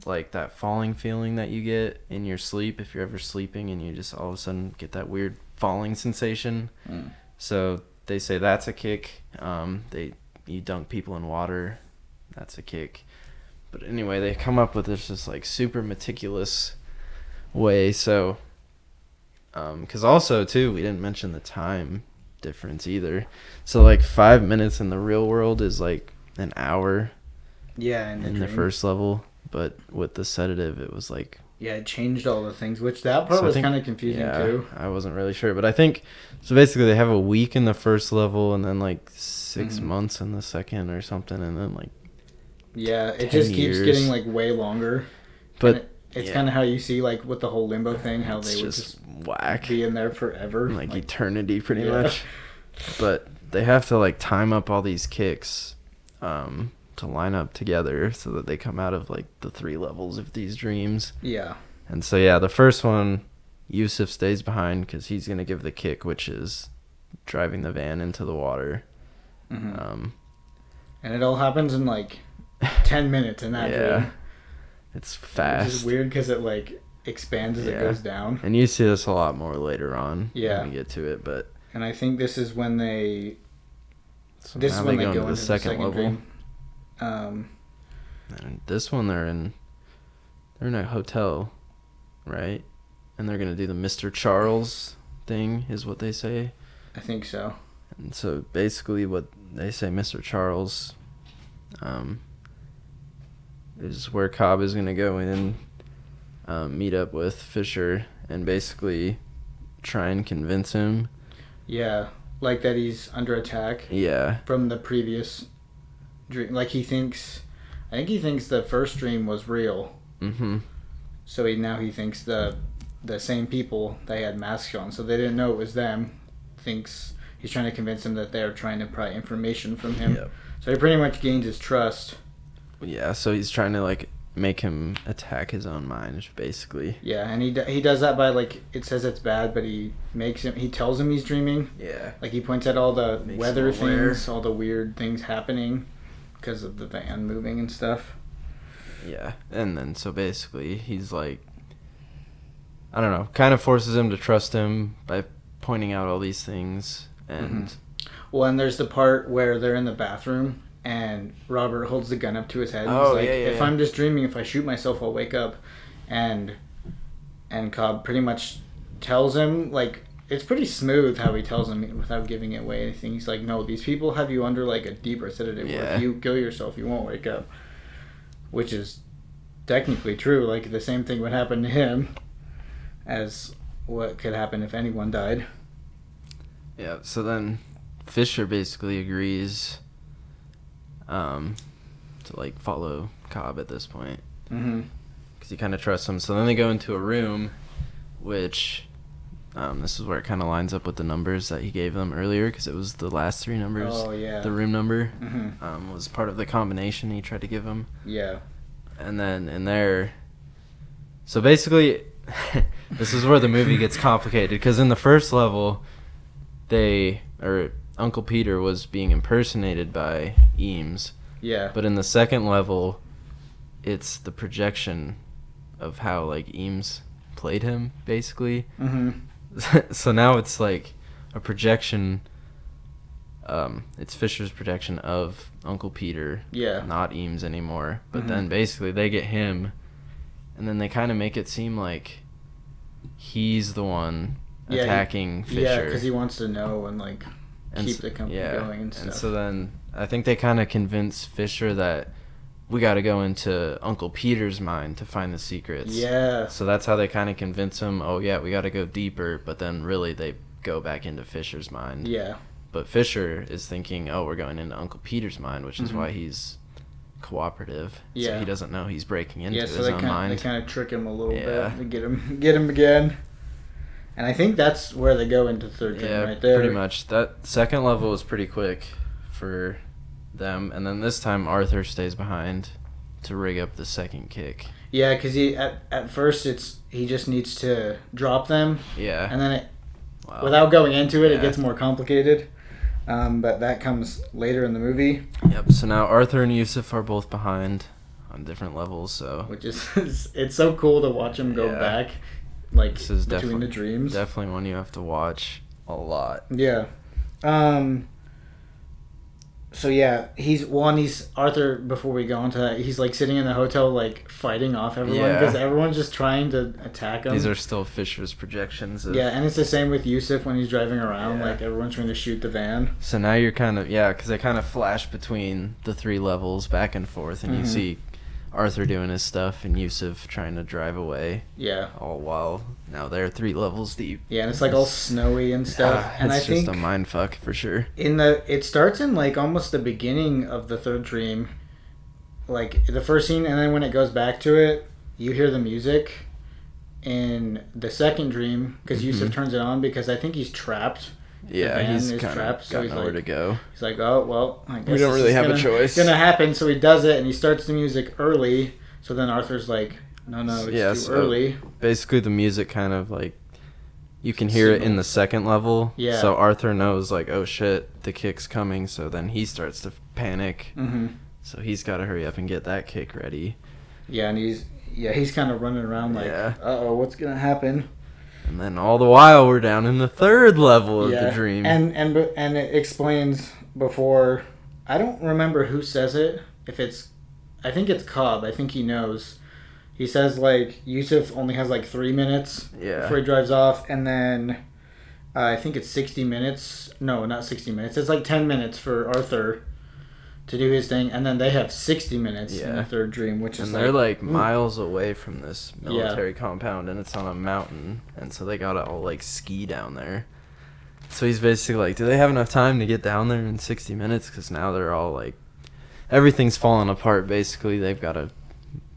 B: like that falling feeling that you get in your sleep if you're ever sleeping and you just all of a sudden get that weird falling sensation.
A: Mm.
B: So they say that's a kick. Um, they you dunk people in water, that's a kick. But anyway, they come up with this just like super meticulous way. So, because also too, we didn't mention the time difference either. So like five minutes in the real world is like an hour
A: Yeah, in the,
B: in the
A: dream.
B: first level, but with the sedative, it was like
A: Yeah, it changed all the things, which that part
B: So I
A: was
B: think-
A: kind of confusing
B: yeah,
A: too.
B: I wasn't really sure, but I think so. Basically, they have a week in the first level, and then like 6
A: Mhm.
B: months in the second, or something, and then like.
A: Yeah, it
B: 10
A: just keeps
B: years.
A: getting like way longer.
B: But
A: it- it's
B: Yeah.
A: kind of how you see like with the whole limbo thing, how
B: It's
A: they would
B: just
A: just
B: whack.
A: be in there forever.
B: like, eternity pretty
A: Yeah.
B: much but they have to like time up all these kicks um to line up together so that they come out of like the three levels of these dreams
A: yeah,
B: and so yeah the first one yusuf stays behind because he's gonna give the kick which is driving the van into the water
A: hmm
B: um
A: and it all happens in like ten minutes in that
B: Yeah,
A: dream.
B: it's
A: Which is
B: fast
A: weird because it like expands as it
B: Yeah.
A: goes down.
B: and you see this a lot more later on
A: Yeah.
B: when we get to it but
A: And I think this is when they
B: somehow
A: this is when they, go,
B: into
A: into the second, dream. Um,
B: And this one they're in they're in a hotel, right? And they're gonna do the Mr. Charles thing is what they say.
A: I think so.
B: And so basically what they say Mr. Charles um is where Cobb is gonna go in um, meet up with Fisher and basically try and convince him.
A: Yeah, like that he's under attack
B: Yeah.
A: from the previous dream. Like he thinks, I think he thinks the first dream was real.
B: Mm-hmm.
A: So he now he thinks the the same people they had masks on, so they didn't know it was them. Thinks he's trying to convince him that they're trying to pry information from him.
B: Yep.
A: So he pretty much gains his trust.
B: Yeah, so he's trying to like make him attack his own mind, basically.
A: Yeah, and he d- he does that by like it says it's bad, but he makes him he tells him he's dreaming.
B: Yeah.
A: Like he points at all the
B: Makes
A: weather
B: him aware.
A: things, all the weird things happening because of the van moving and stuff.
B: Yeah, and then so basically he's like, I don't know, kind of forces him to trust him by pointing out all these things, and
A: Well, and there's the part where they're in the bathroom and Robert holds the gun up to his head. And
B: Oh,
A: he's like,
B: yeah, yeah,
A: if
B: yeah.
A: I'm just dreaming, if I shoot myself, I'll wake up. And and Cobb pretty much tells him like it's pretty smooth how he tells him without giving away anything. He's like, no, these people have you under like a deeper sedative. Where
B: Yeah.
A: if you kill yourself, you won't wake up, which is technically true. Like the same thing would happen to him as what could happen if anyone died.
B: yeah. So then Fisher basically agrees, um, to like follow Cobb at this point
A: Mm-hmm.
B: because he kind of trusts him. So then they go into a room, which. Um, this is where it kind of lines up with the numbers that he gave them earlier because it was the last three numbers.
A: Oh yeah.
B: The room number
A: hmm
B: um, was part of the combination he tried to give him.
A: Yeah.
B: and then in there so basically this is where the movie gets complicated because in the first level they or uncle peter was being impersonated by eames
A: Yeah.
B: but in the second level it's the projection of how like eames played him basically
A: hmm
B: so now it's like a projection um it's fisher's projection of uncle peter
A: Yeah.
B: not Eames anymore. But
A: Mhm.
B: then basically they get him, and then they kind of make it seem like he's the one
A: Yeah, he-
B: attacking Fisher.
A: Yeah, because he wants to know and like
B: And
A: keep
B: s-
A: the company going and stuff.
B: so then I think they kind of convince Fisher that we got to go into Uncle Peter's mind to find the secrets.
A: yeah.
B: So that's how they kind of convince him. Oh yeah, we got to go deeper. But then really they go back into Fisher's mind.
A: Yeah.
B: But Fisher is thinking, oh, we're going into Uncle Peter's mind, which is
A: Mhm.
B: why he's cooperative. So
A: Yeah.
B: he doesn't know he's breaking into
A: Yeah.
B: his
A: So they
B: own
A: kind of they
B: mind.
A: kind of trick him a little
B: Yeah.
A: bit to get him get him again. And I think that's where they go into third dream
B: yeah,
A: right there.
B: pretty much. That second level was pretty quick for them. And then this time, Arthur stays behind to rig up the second kick.
A: Yeah, because he at, at first it's he just needs to drop them,
B: Yeah.
A: and then it,
B: wow.
A: without going into it,
B: Yeah.
A: it gets more complicated. Um, but that comes later in the movie,
B: Yep. So now Arthur and Yusuf are both behind on different levels. So
A: which is it's so cool to watch him go
B: Yeah.
A: back, like
B: This is
A: between
B: definitely-
A: the dreams.
B: definitely one you have to watch a lot.
A: Yeah. Um so yeah, he's one. He's Arthur. Before we go on to that, he's like sitting in the hotel, like fighting off everyone
B: Yeah.
A: because everyone's just trying to attack him.
B: These are still Fisher's projections. Of
A: yeah, and it's the same with Yusuf when he's driving around.
B: Yeah.
A: Like everyone's trying to shoot the van.
B: So now you're kind of yeah, because they kind of flash between the three levels back and forth, and
A: Mhm.
B: you see Arthur doing his stuff and Yusuf trying to drive away,
A: Yeah,
B: all while Oh, now they're three levels deep.
A: yeah, and it's like all snowy and stuff.
B: Ah,
A: and I
B: it's just
A: think
B: a mind fuck for sure.
A: in the it starts in like almost the beginning of the third dream, like the first scene, and then when it goes back to it, you hear the music in the second dream because Yusuf
B: Mhm.
A: turns it on because I think he's trapped.
B: Yeah,
A: van
B: he's
A: is
B: kind
A: trapped,
B: of
A: so
B: got
A: he's
B: nowhere
A: like-
B: to go.
A: He's like, oh well, I guess
B: We don't
A: this
B: really
A: is
B: have
A: gonna,
B: a choice.
A: Gonna happen, so he does it and he starts the music early. So then Arthur's like, no, no, it's
B: Yeah,
A: too
B: so-
A: early.
B: Basically, the music kind of like you can hear it in the
A: Signals.
B: second level.
A: Yeah.
B: So Arthur knows like, oh shit, the kick's coming. So then he starts to panic.
A: hmm
B: So he's got to hurry up and get that kick ready.
A: Yeah, and he's yeah he's kind of running around like,
B: Yeah.
A: uh oh, what's gonna happen?
B: And then all the while we're down in the third level of
A: yeah.
B: the dream.
A: And and b- and it explains before. I don't remember who says it. If it's, I think it's Cobb. I think he knows. He says like Yusuf only has like three minutes
B: yeah.
A: before he drives off, and then uh, I think it's sixty minutes. No, not sixty minutes. It's like ten minutes for Arthur to do his thing, and then they have sixty minutes in
B: Yeah.
A: the third dream, which is
B: and they're like
A: "Ooh,
B: miles away from this
A: Yeah.
B: military compound and it's on a mountain and so they gotta all like ski down there so he's basically like do they have enough time to get down there in 60 minutes because now they're all like everything's falling apart basically they've gotta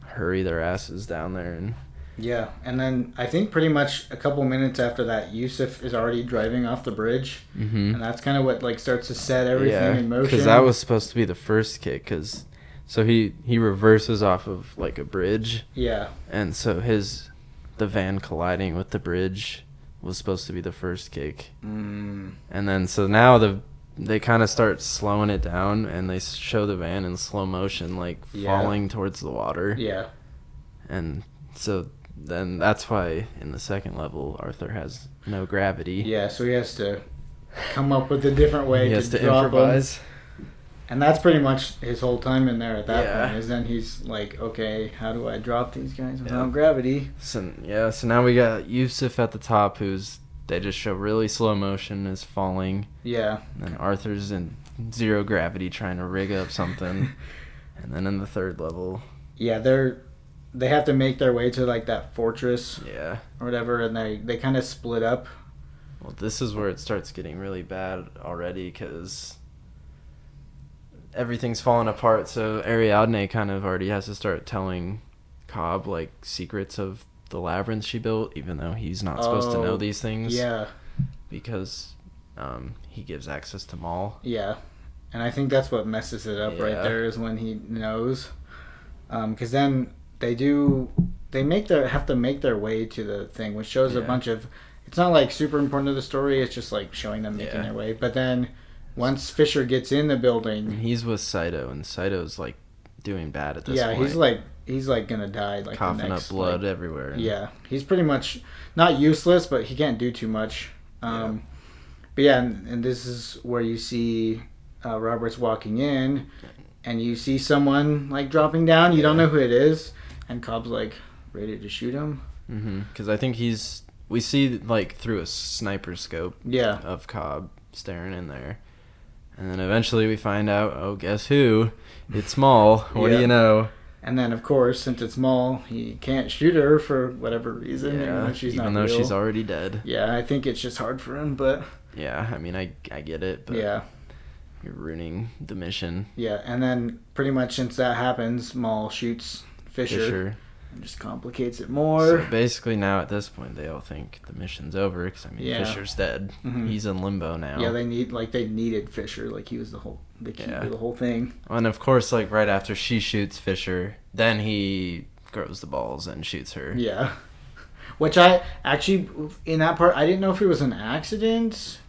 B: hurry their asses down there and
A: Yeah, and then I think pretty much a couple minutes after that, Yusuf is already driving off the bridge, and that's kind of what like starts to set everything in motion.
B: because Hmm. that was supposed to be the first kick because so he he reverses off of like a bridge
A: yeah,
B: and so his the van colliding with the bridge was supposed to be the first kick
A: mm,
B: and then so now the they kind of start slowing it down and they s- show the van in slow motion like
A: Yeah.
B: falling towards the water
A: yeah,
B: and so then that's why in the second level arthur has no gravity
A: yeah. So he has to come up with a different way
B: he
A: to,
B: has to
A: drop 'em.
B: improvise
A: and that's pretty much his whole time in there at that
B: Yeah.
A: point. Is then he's like, okay, how do I drop these guys without
B: Yeah.
A: gravity?
B: so yeah so now we got yusuf at the top who's they just show really slow motion is falling
A: Yeah,
B: and then arthur's in zero gravity trying to rig up something and then in the third level
A: yeah. They're they have to make their way to like that fortress
B: yeah
A: or whatever, and they they kind of split up.
B: Well, this is where it starts getting really bad already because everything's falling apart. So Ariadne kind of already has to start telling Cobb like secrets of the labyrinth she built, even though he's not supposed to know
A: Oh,
B: these things.
A: Yeah.
B: Because um, he gives access to Maul.
A: Yeah, and I think that's what messes it up right
B: Yeah.
A: there is when he knows, because then they do they make their have to make their way to the thing, which shows a
B: Yeah.
A: bunch of. It's not like super important to the story. It's just like showing them making
B: Yeah.
A: their way. But then once Fisher gets in the
B: And
A: building,
B: he's with Saito, and Saito's like doing bad at this
A: yeah,
B: point.
A: he's like he's like gonna die like the
B: coughing
A: next,
B: up blood
A: like-
B: everywhere. and-
A: yeah, he's pretty much not useless, but he can't do too much. Um, But yeah, and, and this is where you see uh, Roberts walking in, and you see someone like dropping down. You don't
B: Yeah.
A: know who it is, and Cobb's like ready to shoot him.
B: Because Mm-hmm. I think he's. We see like through a sniper scope.
A: Yeah,
B: of Cobb staring in there. And then eventually we find out, oh, guess who? It's Maul. What
A: Yeah.
B: do you know?
A: and then of course, since it's Maul, he can't shoot her for whatever reason, even though she's
B: even
A: not
B: though
A: real.
B: she's already dead.
A: yeah, I think it's just hard for him, but,
B: Yeah, I mean, I, I get it, but
A: yeah,
B: you're ruining the mission.
A: yeah. And then pretty much since that happens, Maul shoots Fisher,
B: Fisher.
A: and just complicates it more.
B: so basically, now at this point, they all think the mission's over because, I mean,
A: Yeah.
B: Fisher's dead.
A: Mhm.
B: He's in limbo now.
A: Yeah, they need like they needed Fisher. Like he was the whole the key
B: Yeah.
A: to the whole thing.
B: and of course, like right after she shoots Fisher, then he grows the balls and shoots her.
A: Yeah. Which I actually in that part I didn't know if it was an accident.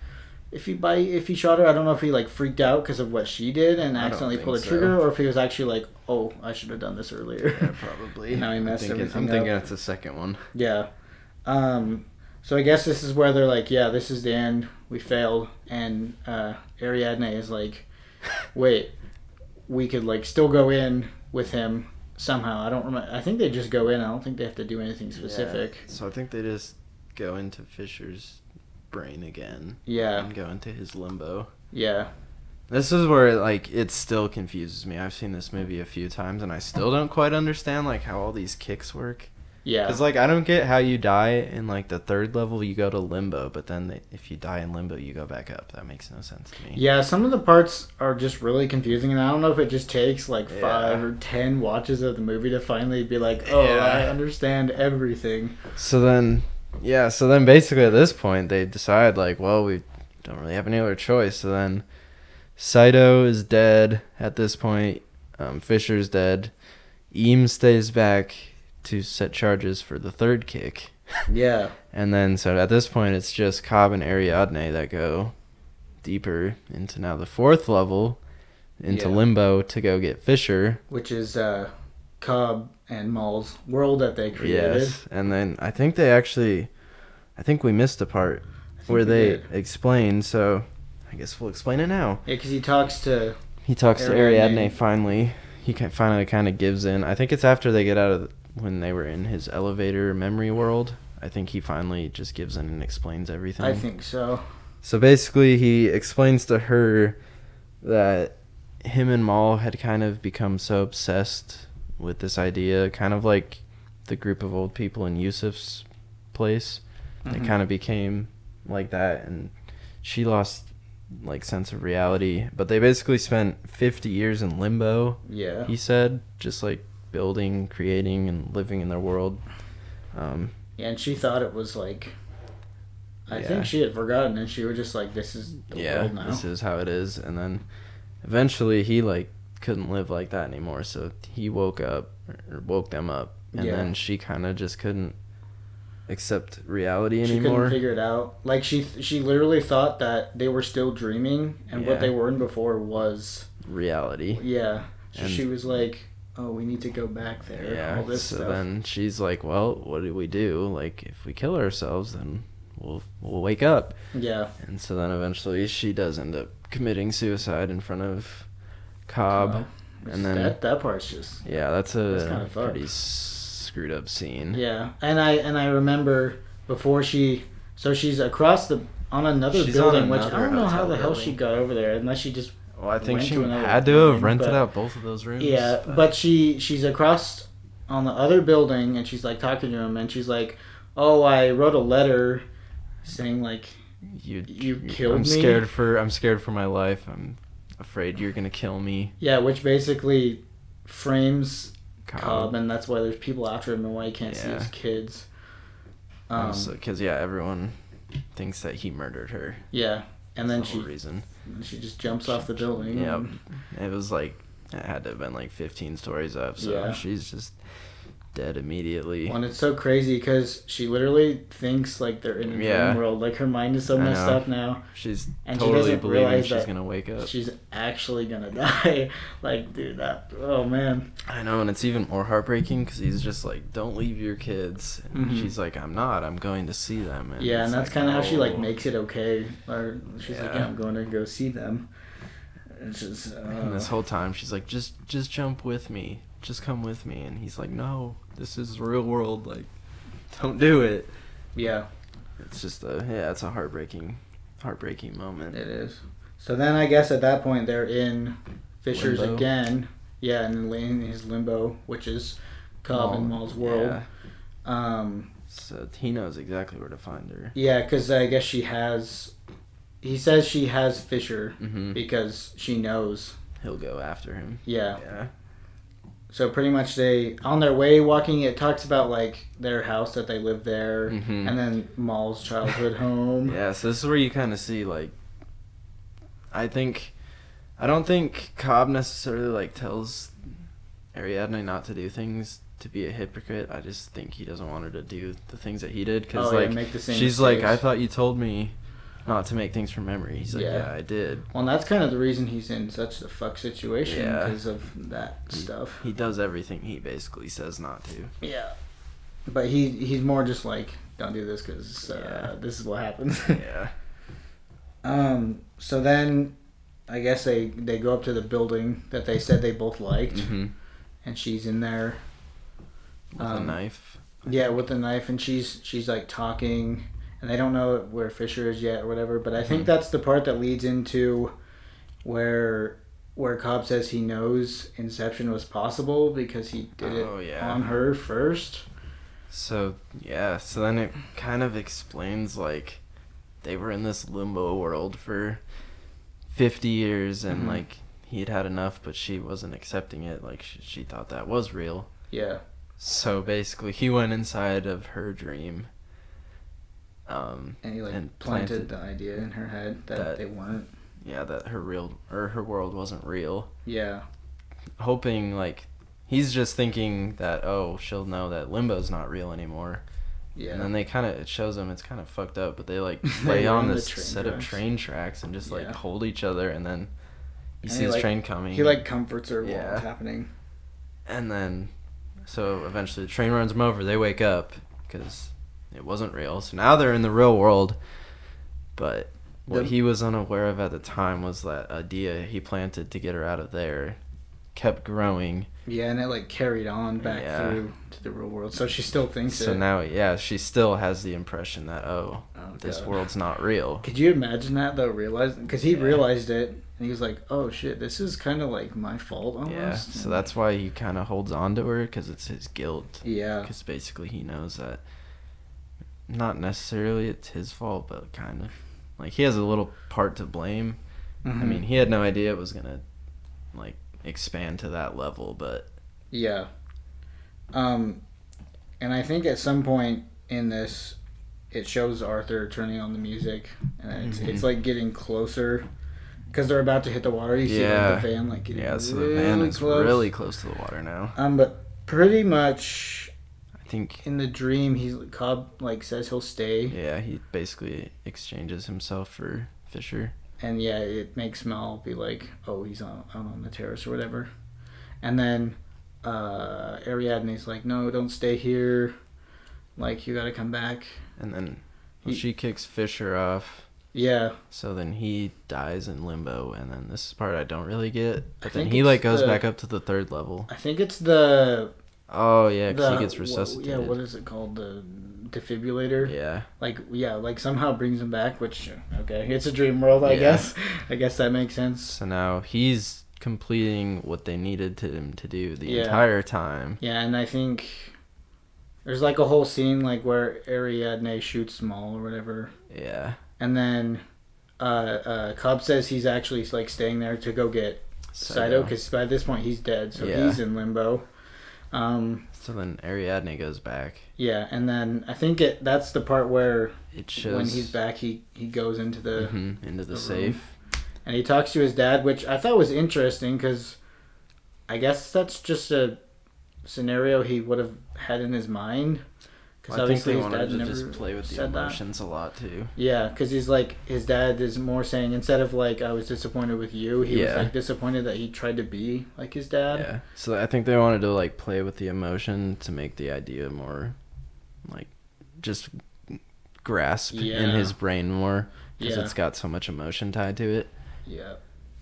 A: If he by if he shot her, I don't know if he like freaked out because of what she did and
B: I don't
A: accidentally
B: think
A: pulled the
B: so.
A: trigger, or if he was actually like, "Oh, I should have done this earlier."
B: Yeah, probably.
A: Now he messed
B: I'm thinking,
A: everything
B: I'm thinking
A: up.
B: it's the second one.
A: Yeah. Um, so I guess this is where they're like, yeah, this is the end. We failed. And uh, Ariadne is like, wait, we could like still go in with him somehow. I don't remember. I think they just go in. I don't think they have to do anything specific.
B: Yeah, So I think they just go into Fisher's brain again
A: Yeah.
B: and go into his limbo.
A: Yeah.
B: This is where like it still confuses me. I've seen this movie a few times and I still don't quite understand like how all these kicks work.
A: Yeah.
B: Cause like I don't get how you die in like the third level you go to limbo, but then they, if you die in limbo you go back up. That makes no sense to me.
A: Yeah, some of the parts are just really confusing, and I don't know if it just takes like
B: Yeah.
A: five or ten watches of the movie to finally be like, oh,
B: Yeah.
A: I understand everything.
B: So then, yeah. So then basically at this point they decide like, well we don't really have any other choice. So then, Saito is dead at this point. Um, Fisher's dead. Eames stays back to set charges for the third kick.
A: Yeah,
B: And then, so at this point, it's just Cobb and Ariadne that go deeper into now the fourth level, into
A: Yeah.
B: Limbo to go get Fisher.
A: which is uh, Cobb and Maul's world that they created.
B: Yes. And then I think they actually, I think we missed a part
A: think
B: where
A: we
B: they
A: did.
B: explain. So I guess we'll explain it now.
A: Yeah, because he talks to
B: He talks to
A: Ariadne.
B: Ariadne finally. He ki- finally kind of gives in. I think it's after they get out of the, when they were in his elevator memory world. I think he finally just gives in and explains everything.
A: I think so.
B: So basically, he explains to her that him and Maul had kind of become so obsessed with this idea, kind of like the group of old people in Yusuf's place. They
A: Mhm.
B: kind of became like that, and she lost like sense of reality. But they basically spent 50 years in limbo.
A: Yeah.
B: He said, just like building, creating, and living in their world. Um,
A: Yeah, and she thought it was like. I
B: Yeah.
A: think she had forgotten, and she was just like, "This is the
B: yeah,
A: world now."
B: this is how it is. And then eventually he like couldn't live like that anymore, so he woke up or woke them up, and
A: Yeah.
B: then she kind of just couldn't accept reality
A: she
B: anymore.
A: couldn't figure it out. Like she, she literally thought that they were still dreaming, and
B: Yeah.
A: what they were in before was
B: reality.
A: Yeah. So
B: And-
A: she was like, "Oh, we need to go back there." Yeah.
B: Yeah.
A: All this
B: so
A: stuff.
B: then she's like, "Well, what do we do? Like, if we kill ourselves, then we'll we'll wake up."
A: yeah.
B: And so then eventually she does end up committing suicide in front of Cobb.
A: Cobb.
B: and then-
A: that that part's just
B: Yeah, that's a
A: That's kinda fucked.
B: pretty s- screwed up scene.
A: yeah. And I and I remember before she, so she's across the on another
B: She's
A: building,
B: on
A: which I
B: another
A: don't know how
B: hotel
A: the hell
B: building.
A: she got over there unless she just
B: Well, I think
A: Went
B: she
A: to another
B: had to have
A: room,
B: rented
A: but-
B: out both of those rooms.
A: yeah. But, she she's across on the other building, and she's like talking to him, and she's like, "Oh, I wrote a letter." Saying like
B: you,
A: you killed
B: I'm
A: me.
B: scared for I'm scared for my life. I'm afraid you're gonna kill me.
A: yeah, which basically frames
B: Cobb.
A: Cobb, and that's why there's people after him and why he can't see
B: Oh. Yeah.
A: his kids. Um,
B: Because yeah, everyone thinks that he murdered her.
A: yeah, and then
B: That's the
A: she
B: whole reason.
A: she just jumps off the building.
B: Yeah,
A: and-
B: it was like it had to have been like 15 stories up. So
A: Yeah.
B: she's just dead immediately.
A: Well, and it's so crazy because she literally thinks like they're in a
B: Yeah.
A: dream world. Like her mind is so
B: I
A: messed
B: know.
A: up now.
B: She's
A: And she
B: totally
A: doesn't
B: believing
A: realize
B: she's
A: that
B: gonna wake up.
A: She's actually gonna die. like, dude, that oh man.
B: I know, and it's even more heartbreaking because he's just like, "Don't leave your kids." And
A: Mhm.
B: she's like, "I'm not. I'm going to see them."
A: yeah,
B: it's
A: and that's
B: like,
A: kind of how she
B: "Oh."
A: like makes it okay. Or she's like,
B: Yeah.
A: yeah, I'm going to go see them. It's just uh,
B: And this whole time she's like, just just jump with me. Just come with me. And he's like, No, this is real world, like don't do it.
A: yeah.
B: It's just a yeah, it's a heartbreaking heartbreaking moment.
A: It is. So then I guess at that point they're in Fisher's
B: Limbo.
A: again. Yeah, and in his limbo, which is Cobb and
B: Maul-
A: Maul's world.
B: Yeah.
A: Yeah. Um,
B: So he knows exactly where to find her.
A: yeah, because I guess she has. He says she has Fisher
B: hmm
A: because she knows.
B: He'll go after him.
A: Mm-hmm. Yeah.
B: Yeah.
A: So pretty much they on their way walking. It talks about like their house that they live there,
B: Mhm.
A: and then Maul's childhood home.
B: Yeah, so this is where you kind of see like I think I don't think Cobb necessarily like tells Ariadne not to do things to be a hypocrite. I just think he doesn't want her to do the things that he did cuz
A: Oh, yeah,
B: like
A: make the same
B: She's like,
A: mistakes.
B: I thought you told me not to make things from memory. He's like,
A: Yeah.
B: Yeah, I did.
A: Well, and that's kind of the reason he's in such a fuck situation
B: Yeah.
A: because of that stuff.
B: He does everything he basically says not to.
A: Yeah, but he he's more just like don't do this because uh,
B: Yeah.
A: this is what happens.
B: yeah.
A: um. So then, I guess they they go up to the building that they said they both liked,
B: Mm-hmm.
A: and she's in there.
B: With a
A: Um,
B: knife.
A: Yeah, with a knife, and she's she's like talking, and they don't know where Fisher is yet or whatever. But I think
B: Mhm.
A: that's the part that leads into where where Cobb says he knows Inception was possible because he did it
B: Oh, yeah.
A: on her first.
B: So yeah, so then it kind of explains like they were in this limbo world for fifty years, and
A: Mhm.
B: like he had had enough, but she wasn't accepting it. Like she, she thought that was real.
A: Yeah.
B: So basically, he went inside of her dream. Um,
A: And he like
B: And
A: planted,
B: planted-
A: the idea in her head that,
B: that-
A: they weren't.
B: yeah, that her real or her world wasn't real.
A: Yeah.
B: Hoping like he's just thinking that oh she'll know that limbo's not real anymore.
A: Yeah.
B: And then they kind of it shows them it's kind of fucked up, but they like
A: They
B: lay
A: were
B: on
A: on the
B: this
A: train
B: set of
A: tracks.
B: train tracks and just like
A: Yeah.
B: hold each other, and then you
A: And
B: see
A: he,
B: his
A: like-
B: train coming.
A: he like comforts her while
B: Yeah.
A: it's happening.
B: and then so eventually the train runs them over. They wake up because it wasn't real. So now they're in the real world, but what
A: The-
B: he was unaware of at the time was that idea he planted to get her out of there kept growing.
A: Yeah, and it like carried on back
B: Yeah.
A: through to the real world. So she still thinks
B: So
A: it.
B: now, yeah, she still has the impression that oh,
A: Oh,
B: this
A: God.
B: world's not real.
A: Could you imagine that though? Realizing because he
B: Yeah.
A: realized it and he was like, "Oh shit, this is kind of like my fault almost."
B: Yeah, so that's why he kind of holds on to her because it's his guilt.
A: yeah,
B: Because basically he knows that not necessarily it's his fault, but kind of. Like he has a little part to blame. I
A: Mhm.
B: mean, he had no idea it was gonna like expand to that level, but
A: yeah. Um, and I think at some point in this, it shows Arthur turning on the music, and then it's
B: Mhm.
A: it's like getting closer because they're about to hit the water. You see
B: Yeah.
A: like, the van like getting
B: yeah. So
A: really
B: the van is
A: close.
B: really close to the water now.
A: um, but pretty much
B: I think.
A: in the dream, he's Cobb like says he'll stay,
B: Yeah, he basically exchanges himself for Fisher.
A: and yeah, it makes Mel be like, "Oh, he's on I'm on the terrace or whatever," and then uh, Ariadne's like, "No, don't stay here. Like, you got to come back."
B: And then
A: He-
B: well, she kicks Fisher off.
A: Yeah,
B: So then he dies in limbo, and then this is the part I don't really get.
A: I
B: But then
A: think
B: he like
A: it's
B: goes
A: the-
B: back up to the third level.
A: I think it's the
B: Oh yeah, 'cause
A: the-
B: he gets
A: wha-
B: resuscitated.
A: yeah, what is it called? The defibrillator.
B: Yeah.
A: Like yeah, like somehow brings him back. Which okay, it's a dream world, I
B: Yeah.
A: guess. I guess that makes sense.
B: So now he's completing what they needed to him to do the
A: Yeah.
B: entire time.
A: Yeah, and I think there's like a whole scene like where Ariadne shoots Maul or whatever.
B: Yeah.
A: and then uh, uh, Cobb says he's actually like staying there to go get Saito because by this point he's dead, so
B: Yeah.
A: he's in limbo. Um,
B: So then Ariadne goes back.
A: yeah, and then I think it that's the part where
B: It shows
A: when he's back, he he goes into the
B: mhm, into the,
A: the room.
B: safe.
A: and he talks to his dad, which I thought was interesting because I guess that's just a scenario he would have had in his mind. Because
B: Well, I think
A: obviously
B: they
A: his dad
B: wanted to
A: never
B: just play with the
A: said that.
B: emotions a lot too.
A: Yeah, because he's like his dad is more saying instead of like I was disappointed with you, he was
B: Yeah.
A: like disappointed that he tried to be like his dad.
B: Yeah. So I think they wanted to like play with the emotion to make the idea more like just grasp in
A: Yeah.
B: his brain more because
A: Yeah.
B: it's got so much emotion tied to it.
A: Yeah.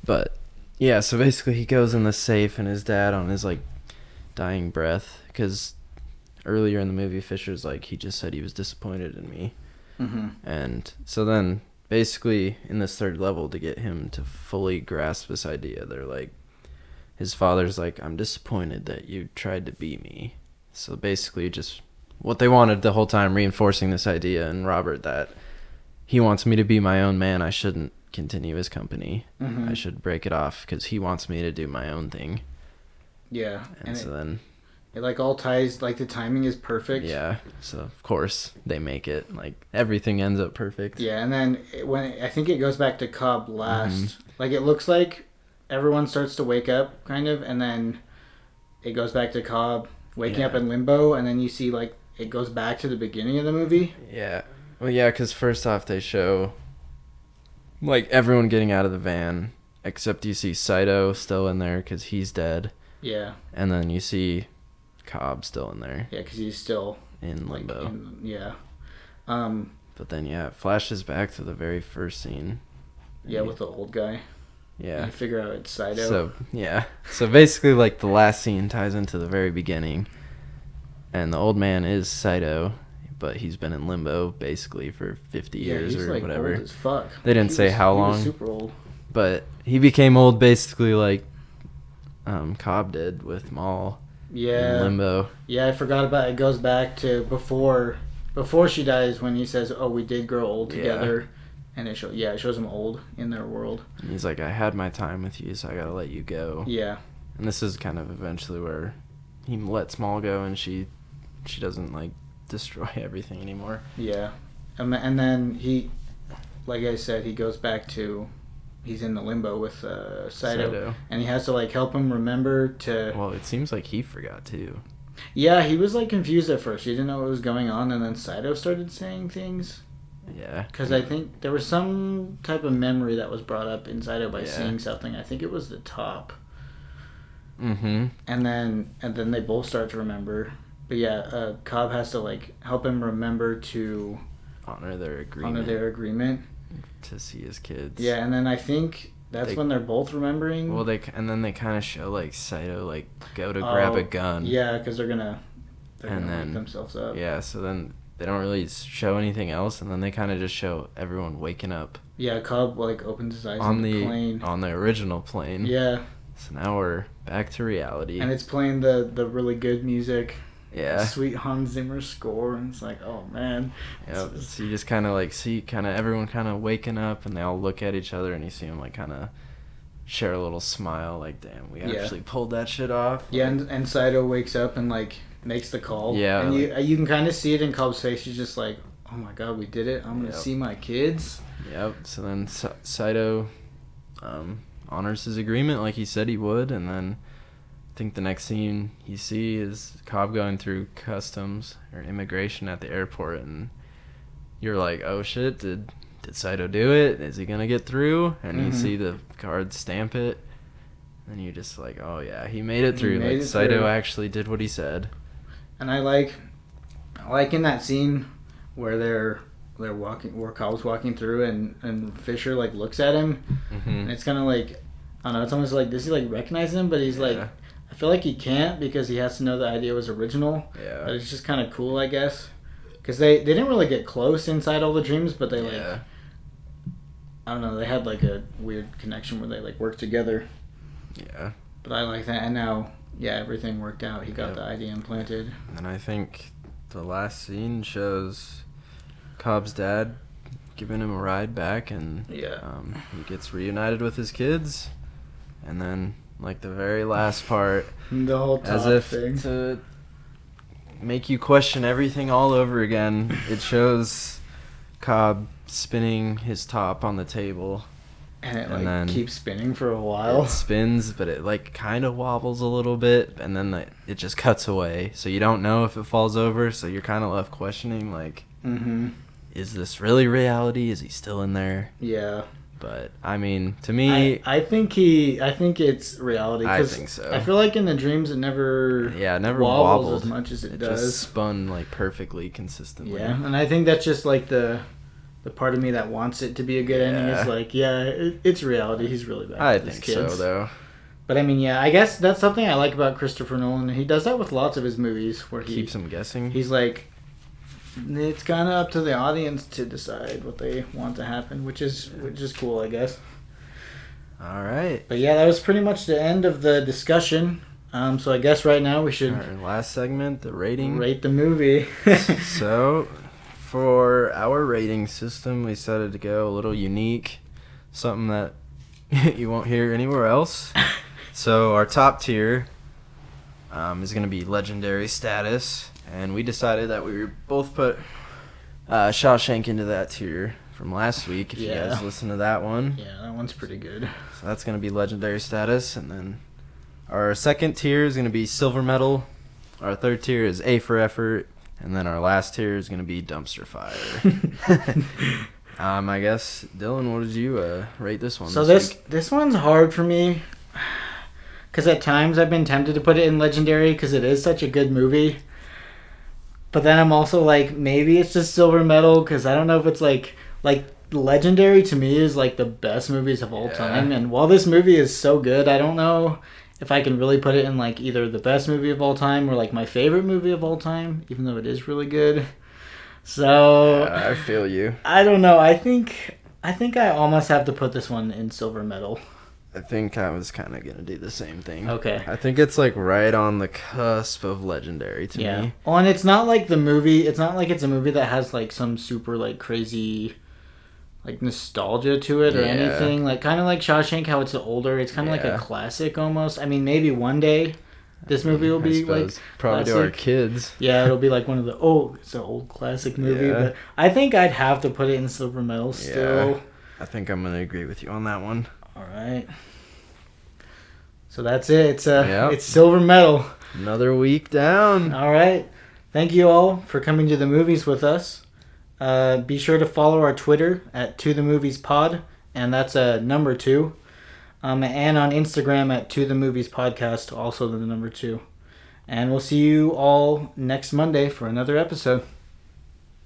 B: But yeah, so basically he goes in the safe and his dad on his like dying breath cuz earlier in the movie Fisher's like he just said he was disappointed in me.
A: hmm
B: And so then basically in this third level to get him to fully grasp this idea, they're like his father's like, I'm disappointed that you tried to be me. So basically just what they wanted the whole time reinforcing this idea and Robert that he wants me to be my own man, I shouldn't continue his company.
A: Mhm.
B: I should break it off cuz he wants me to do my own thing.
A: Yeah.
B: And,
A: And, it,
B: so then
A: it like all ties like the timing is perfect.
B: yeah, so of course they make it like everything ends up perfect.
A: Yeah, and then it, when I think it goes back to Cobb last,
B: Mm-hmm.
A: like it looks like everyone starts to wake up kind of, and then it goes back to Cobb waking
B: Yeah.
A: up in limbo, and then you see like it goes back to the beginning of the movie.
B: Yeah. Well, yeah, because first off, they show like everyone getting out of the van, except you see Saito still in there because he's dead,
A: Yeah,
B: and then you see Cobb still in there
A: yeah, because he's still
B: in
A: like
B: limbo.
A: in- yeah. Um,
B: But then yeah, it flashes back to the very first scene.
A: Yeah, with the old guy. Yeah.
B: yeah.
A: You figure out it's Saito.
B: So yeah, so basically like the last scene ties into the very beginning, and the old man is Saito, but he's been in limbo basically for fifty
A: yeah,
B: years
A: he's
B: or
A: like
B: whatever.
A: old as fuck.
B: They didn't
A: He
B: say
A: was-
B: how
A: he was
B: long.
A: super old.
B: but he became old basically like um, Cobb did with Maul. in
A: Yeah.
B: limbo.
A: Yeah, I forgot about it. Goes back to before before she dies when he says, "Oh, we did grow old
B: Yeah.
A: together," and it show yeah it shows them old in their world.
B: And he's like, I had my time with you, so I gotta let you go.
A: Yeah,
B: And this is kind of eventually where he lets Maul go, and she she doesn't like destroy everything anymore.
A: yeah, and, th- and then he, like I said, he goes back to he's in the limbo with uh, Saito,
B: Saito.
A: and he has to like help him remember to.
B: Well, it seems like he forgot too.
A: Yeah, he was like confused at first. He didn't know what was going on, and then Saito started saying things.
B: Yeah.
A: Because I think there was some type of memory that was brought up in Saito by
B: Yeah.
A: seeing something. I think it was the top.
B: Mm-hmm.
A: and then and then they both start to remember. But yeah, uh, Cobb has to like help him remember to
B: Honor their agreement
A: honor their agreement.
B: to see his kids.
A: Yeah, and then I think that's
B: They-
A: when they're both remembering.
B: Well, they k- and then they kind of show like Saito like go to grab a
A: Oh,
B: gun.
A: Yeah, because they're gonna they're
B: And
A: gonna
B: then-
A: wake themselves up.
B: Yeah. So then they don't really s- show anything else, and then they kind of just show everyone waking up
A: Yeah, Cobb like opens his eyes
B: on the,
A: plane.
B: on the original plane.
A: Yeah,
B: So now we're back to reality.
A: and it's playing the the really good music,
B: yeah.
A: sweet Hans Zimmer score, and it's like, oh man,
B: Yep. So you just kind of like see kind of everyone kind of waking up, and they all look at each other, and you see them like kind of share a little smile, like "Damn, we
A: Yeah.
B: actually pulled that shit off."
A: Yeah, and, and Saito wakes up and like makes the call.
B: Yeah,
A: and you you can kind of see it in Cobb's face. He's just like, "Oh my god, we did it! I'm gonna
B: Yep.
A: see my kids."
B: Yep. So then Sa- Saito um, honors his agreement like he said he would, and then I think the next scene you see is Cobb going through customs or immigration at the airport, and you're like, "Oh shit! Did did Saito do it? Is he gonna get through?" And you
A: Mhm.
B: see the guard stamp it. And you're just like, oh yeah, he made it
A: He
B: through.
A: made
B: like
A: it
B: Saito
A: through.
B: actually did what he said.
A: And I like, I like in that scene where they're they're walking, where Cobb's walking through, and and Fisher like looks at him,
B: Mm-hmm.
A: and it's kind of like, I don't know, it's almost like does he like recognize him? But he's
B: Yeah.
A: like, I feel like he can't because he has to know the idea was original. But
B: Yeah.
A: it's just kind of cool, I guess, because they they didn't really get close inside all the dreams, but they like.
B: yeah.
A: I don't know. They had like a weird connection where they like worked together.
B: Yeah.
A: But I like that. And now, yeah, everything worked out. He got
B: Yep.
A: the idea implanted.
B: And I think the last scene shows Cobb's dad giving him a ride back, and
A: Yeah.
B: um, he gets reunited with his kids. And then, like the very last part,
A: The whole top
B: as if
A: thing.
B: to make you question everything all over again, it shows Cobb spinning his top on the table.
A: And it
B: and
A: like
B: then-
A: keeps spinning for a while.
B: It spins, but it like kind of wobbles a little bit, and then like, it just cuts away. So you don't know if it falls over. So you're kind of left questioning, like.
A: Mm-hmm.
B: is this really reality? Is he still in there?
A: Yeah.
B: But I mean, to me,
A: I, I think he. I think it's reality.
B: I
A: 'cause
B: think so.
A: I feel like in the dreams it never.
B: yeah, it never
A: wobbles
B: wobbled
A: as much as it,
B: It
A: does.
B: just spun like perfectly consistently.
A: Yeah, and I think that's just like the. The part of me that wants it to be a good ending
B: Yeah.
A: is like, yeah, it, it's reality. He's really bad.
B: I think so though.
A: But I mean, yeah, I guess that's something I like about Christopher Nolan. He does that with lots of his movies, where he
B: Keeps him guessing.
A: he's like, it's kind of up to the audience to decide what they want to happen, which is which is cool, I guess.
B: All right.
A: But yeah, that was pretty much the end of the discussion. Um, so I guess right now we should
B: Our last segment, the rating.
A: rate the movie.
B: so, for our rating system, we decided to go a little unique, something that you won't hear anywhere else. So our top tier um, is going to be legendary status, and we decided that we were both put uh, Shawshank into that tier from last week. If you
A: Yeah.
B: guys listen to that one,
A: yeah, that one's pretty good.
B: so that's going to be legendary status, and then our second tier is going to be silver medal. Our third tier is A for effort, and then our last tier is going to be dumpster fire. um, I guess Dylan, what did you uh, rate this one?
A: So this
B: week?
A: this one's hard for me. Because at times I've been tempted to put it in legendary because it is such a good movie. But then I'm also like, maybe it's just silver medal because I don't know if it's like like legendary to me is like the best movies of all
B: Yeah.
A: time. And while this movie is so good, I don't know if I can really put it in like either the best movie of all time or like my favorite movie of all time, even though it is really good. So
B: Yeah, I feel you.
A: I don't know. I think I think I almost have to put this one in silver medal.
B: I think I was kind of gonna do the same thing.
C: Okay.
B: I think it's like right on the cusp of legendary to
C: Yeah.
B: me.
A: Well, and it's not like the movie. It's not like it's a movie that has like some super like crazy, like nostalgia to it or
B: Yeah.
A: anything. Like kind of like Shawshank, how it's older. It's kind of like
B: Yeah.
A: a classic almost. I mean, maybe one day, this movie will
B: I
A: be like
B: suppose. probably to our
A: classic.
B: kids.
A: yeah, it'll be like one of the old. It's an old classic movie,
B: Yeah.
A: but I think I'd have to put it in silver medal still.
B: Yeah. I think I'm gonna agree with you on that one.
A: All right. So that's it. It's uh,
B: Yep.
A: it's silver medal.
B: Another week down.
A: All right. Thank you all for coming to the movies with us. Uh, be sure to follow our Twitter at To The Movies Pod, and that's a uh, number two. Um, and on Instagram at To The Movies Podcast, also the number two. And we'll see you all next Monday for another episode.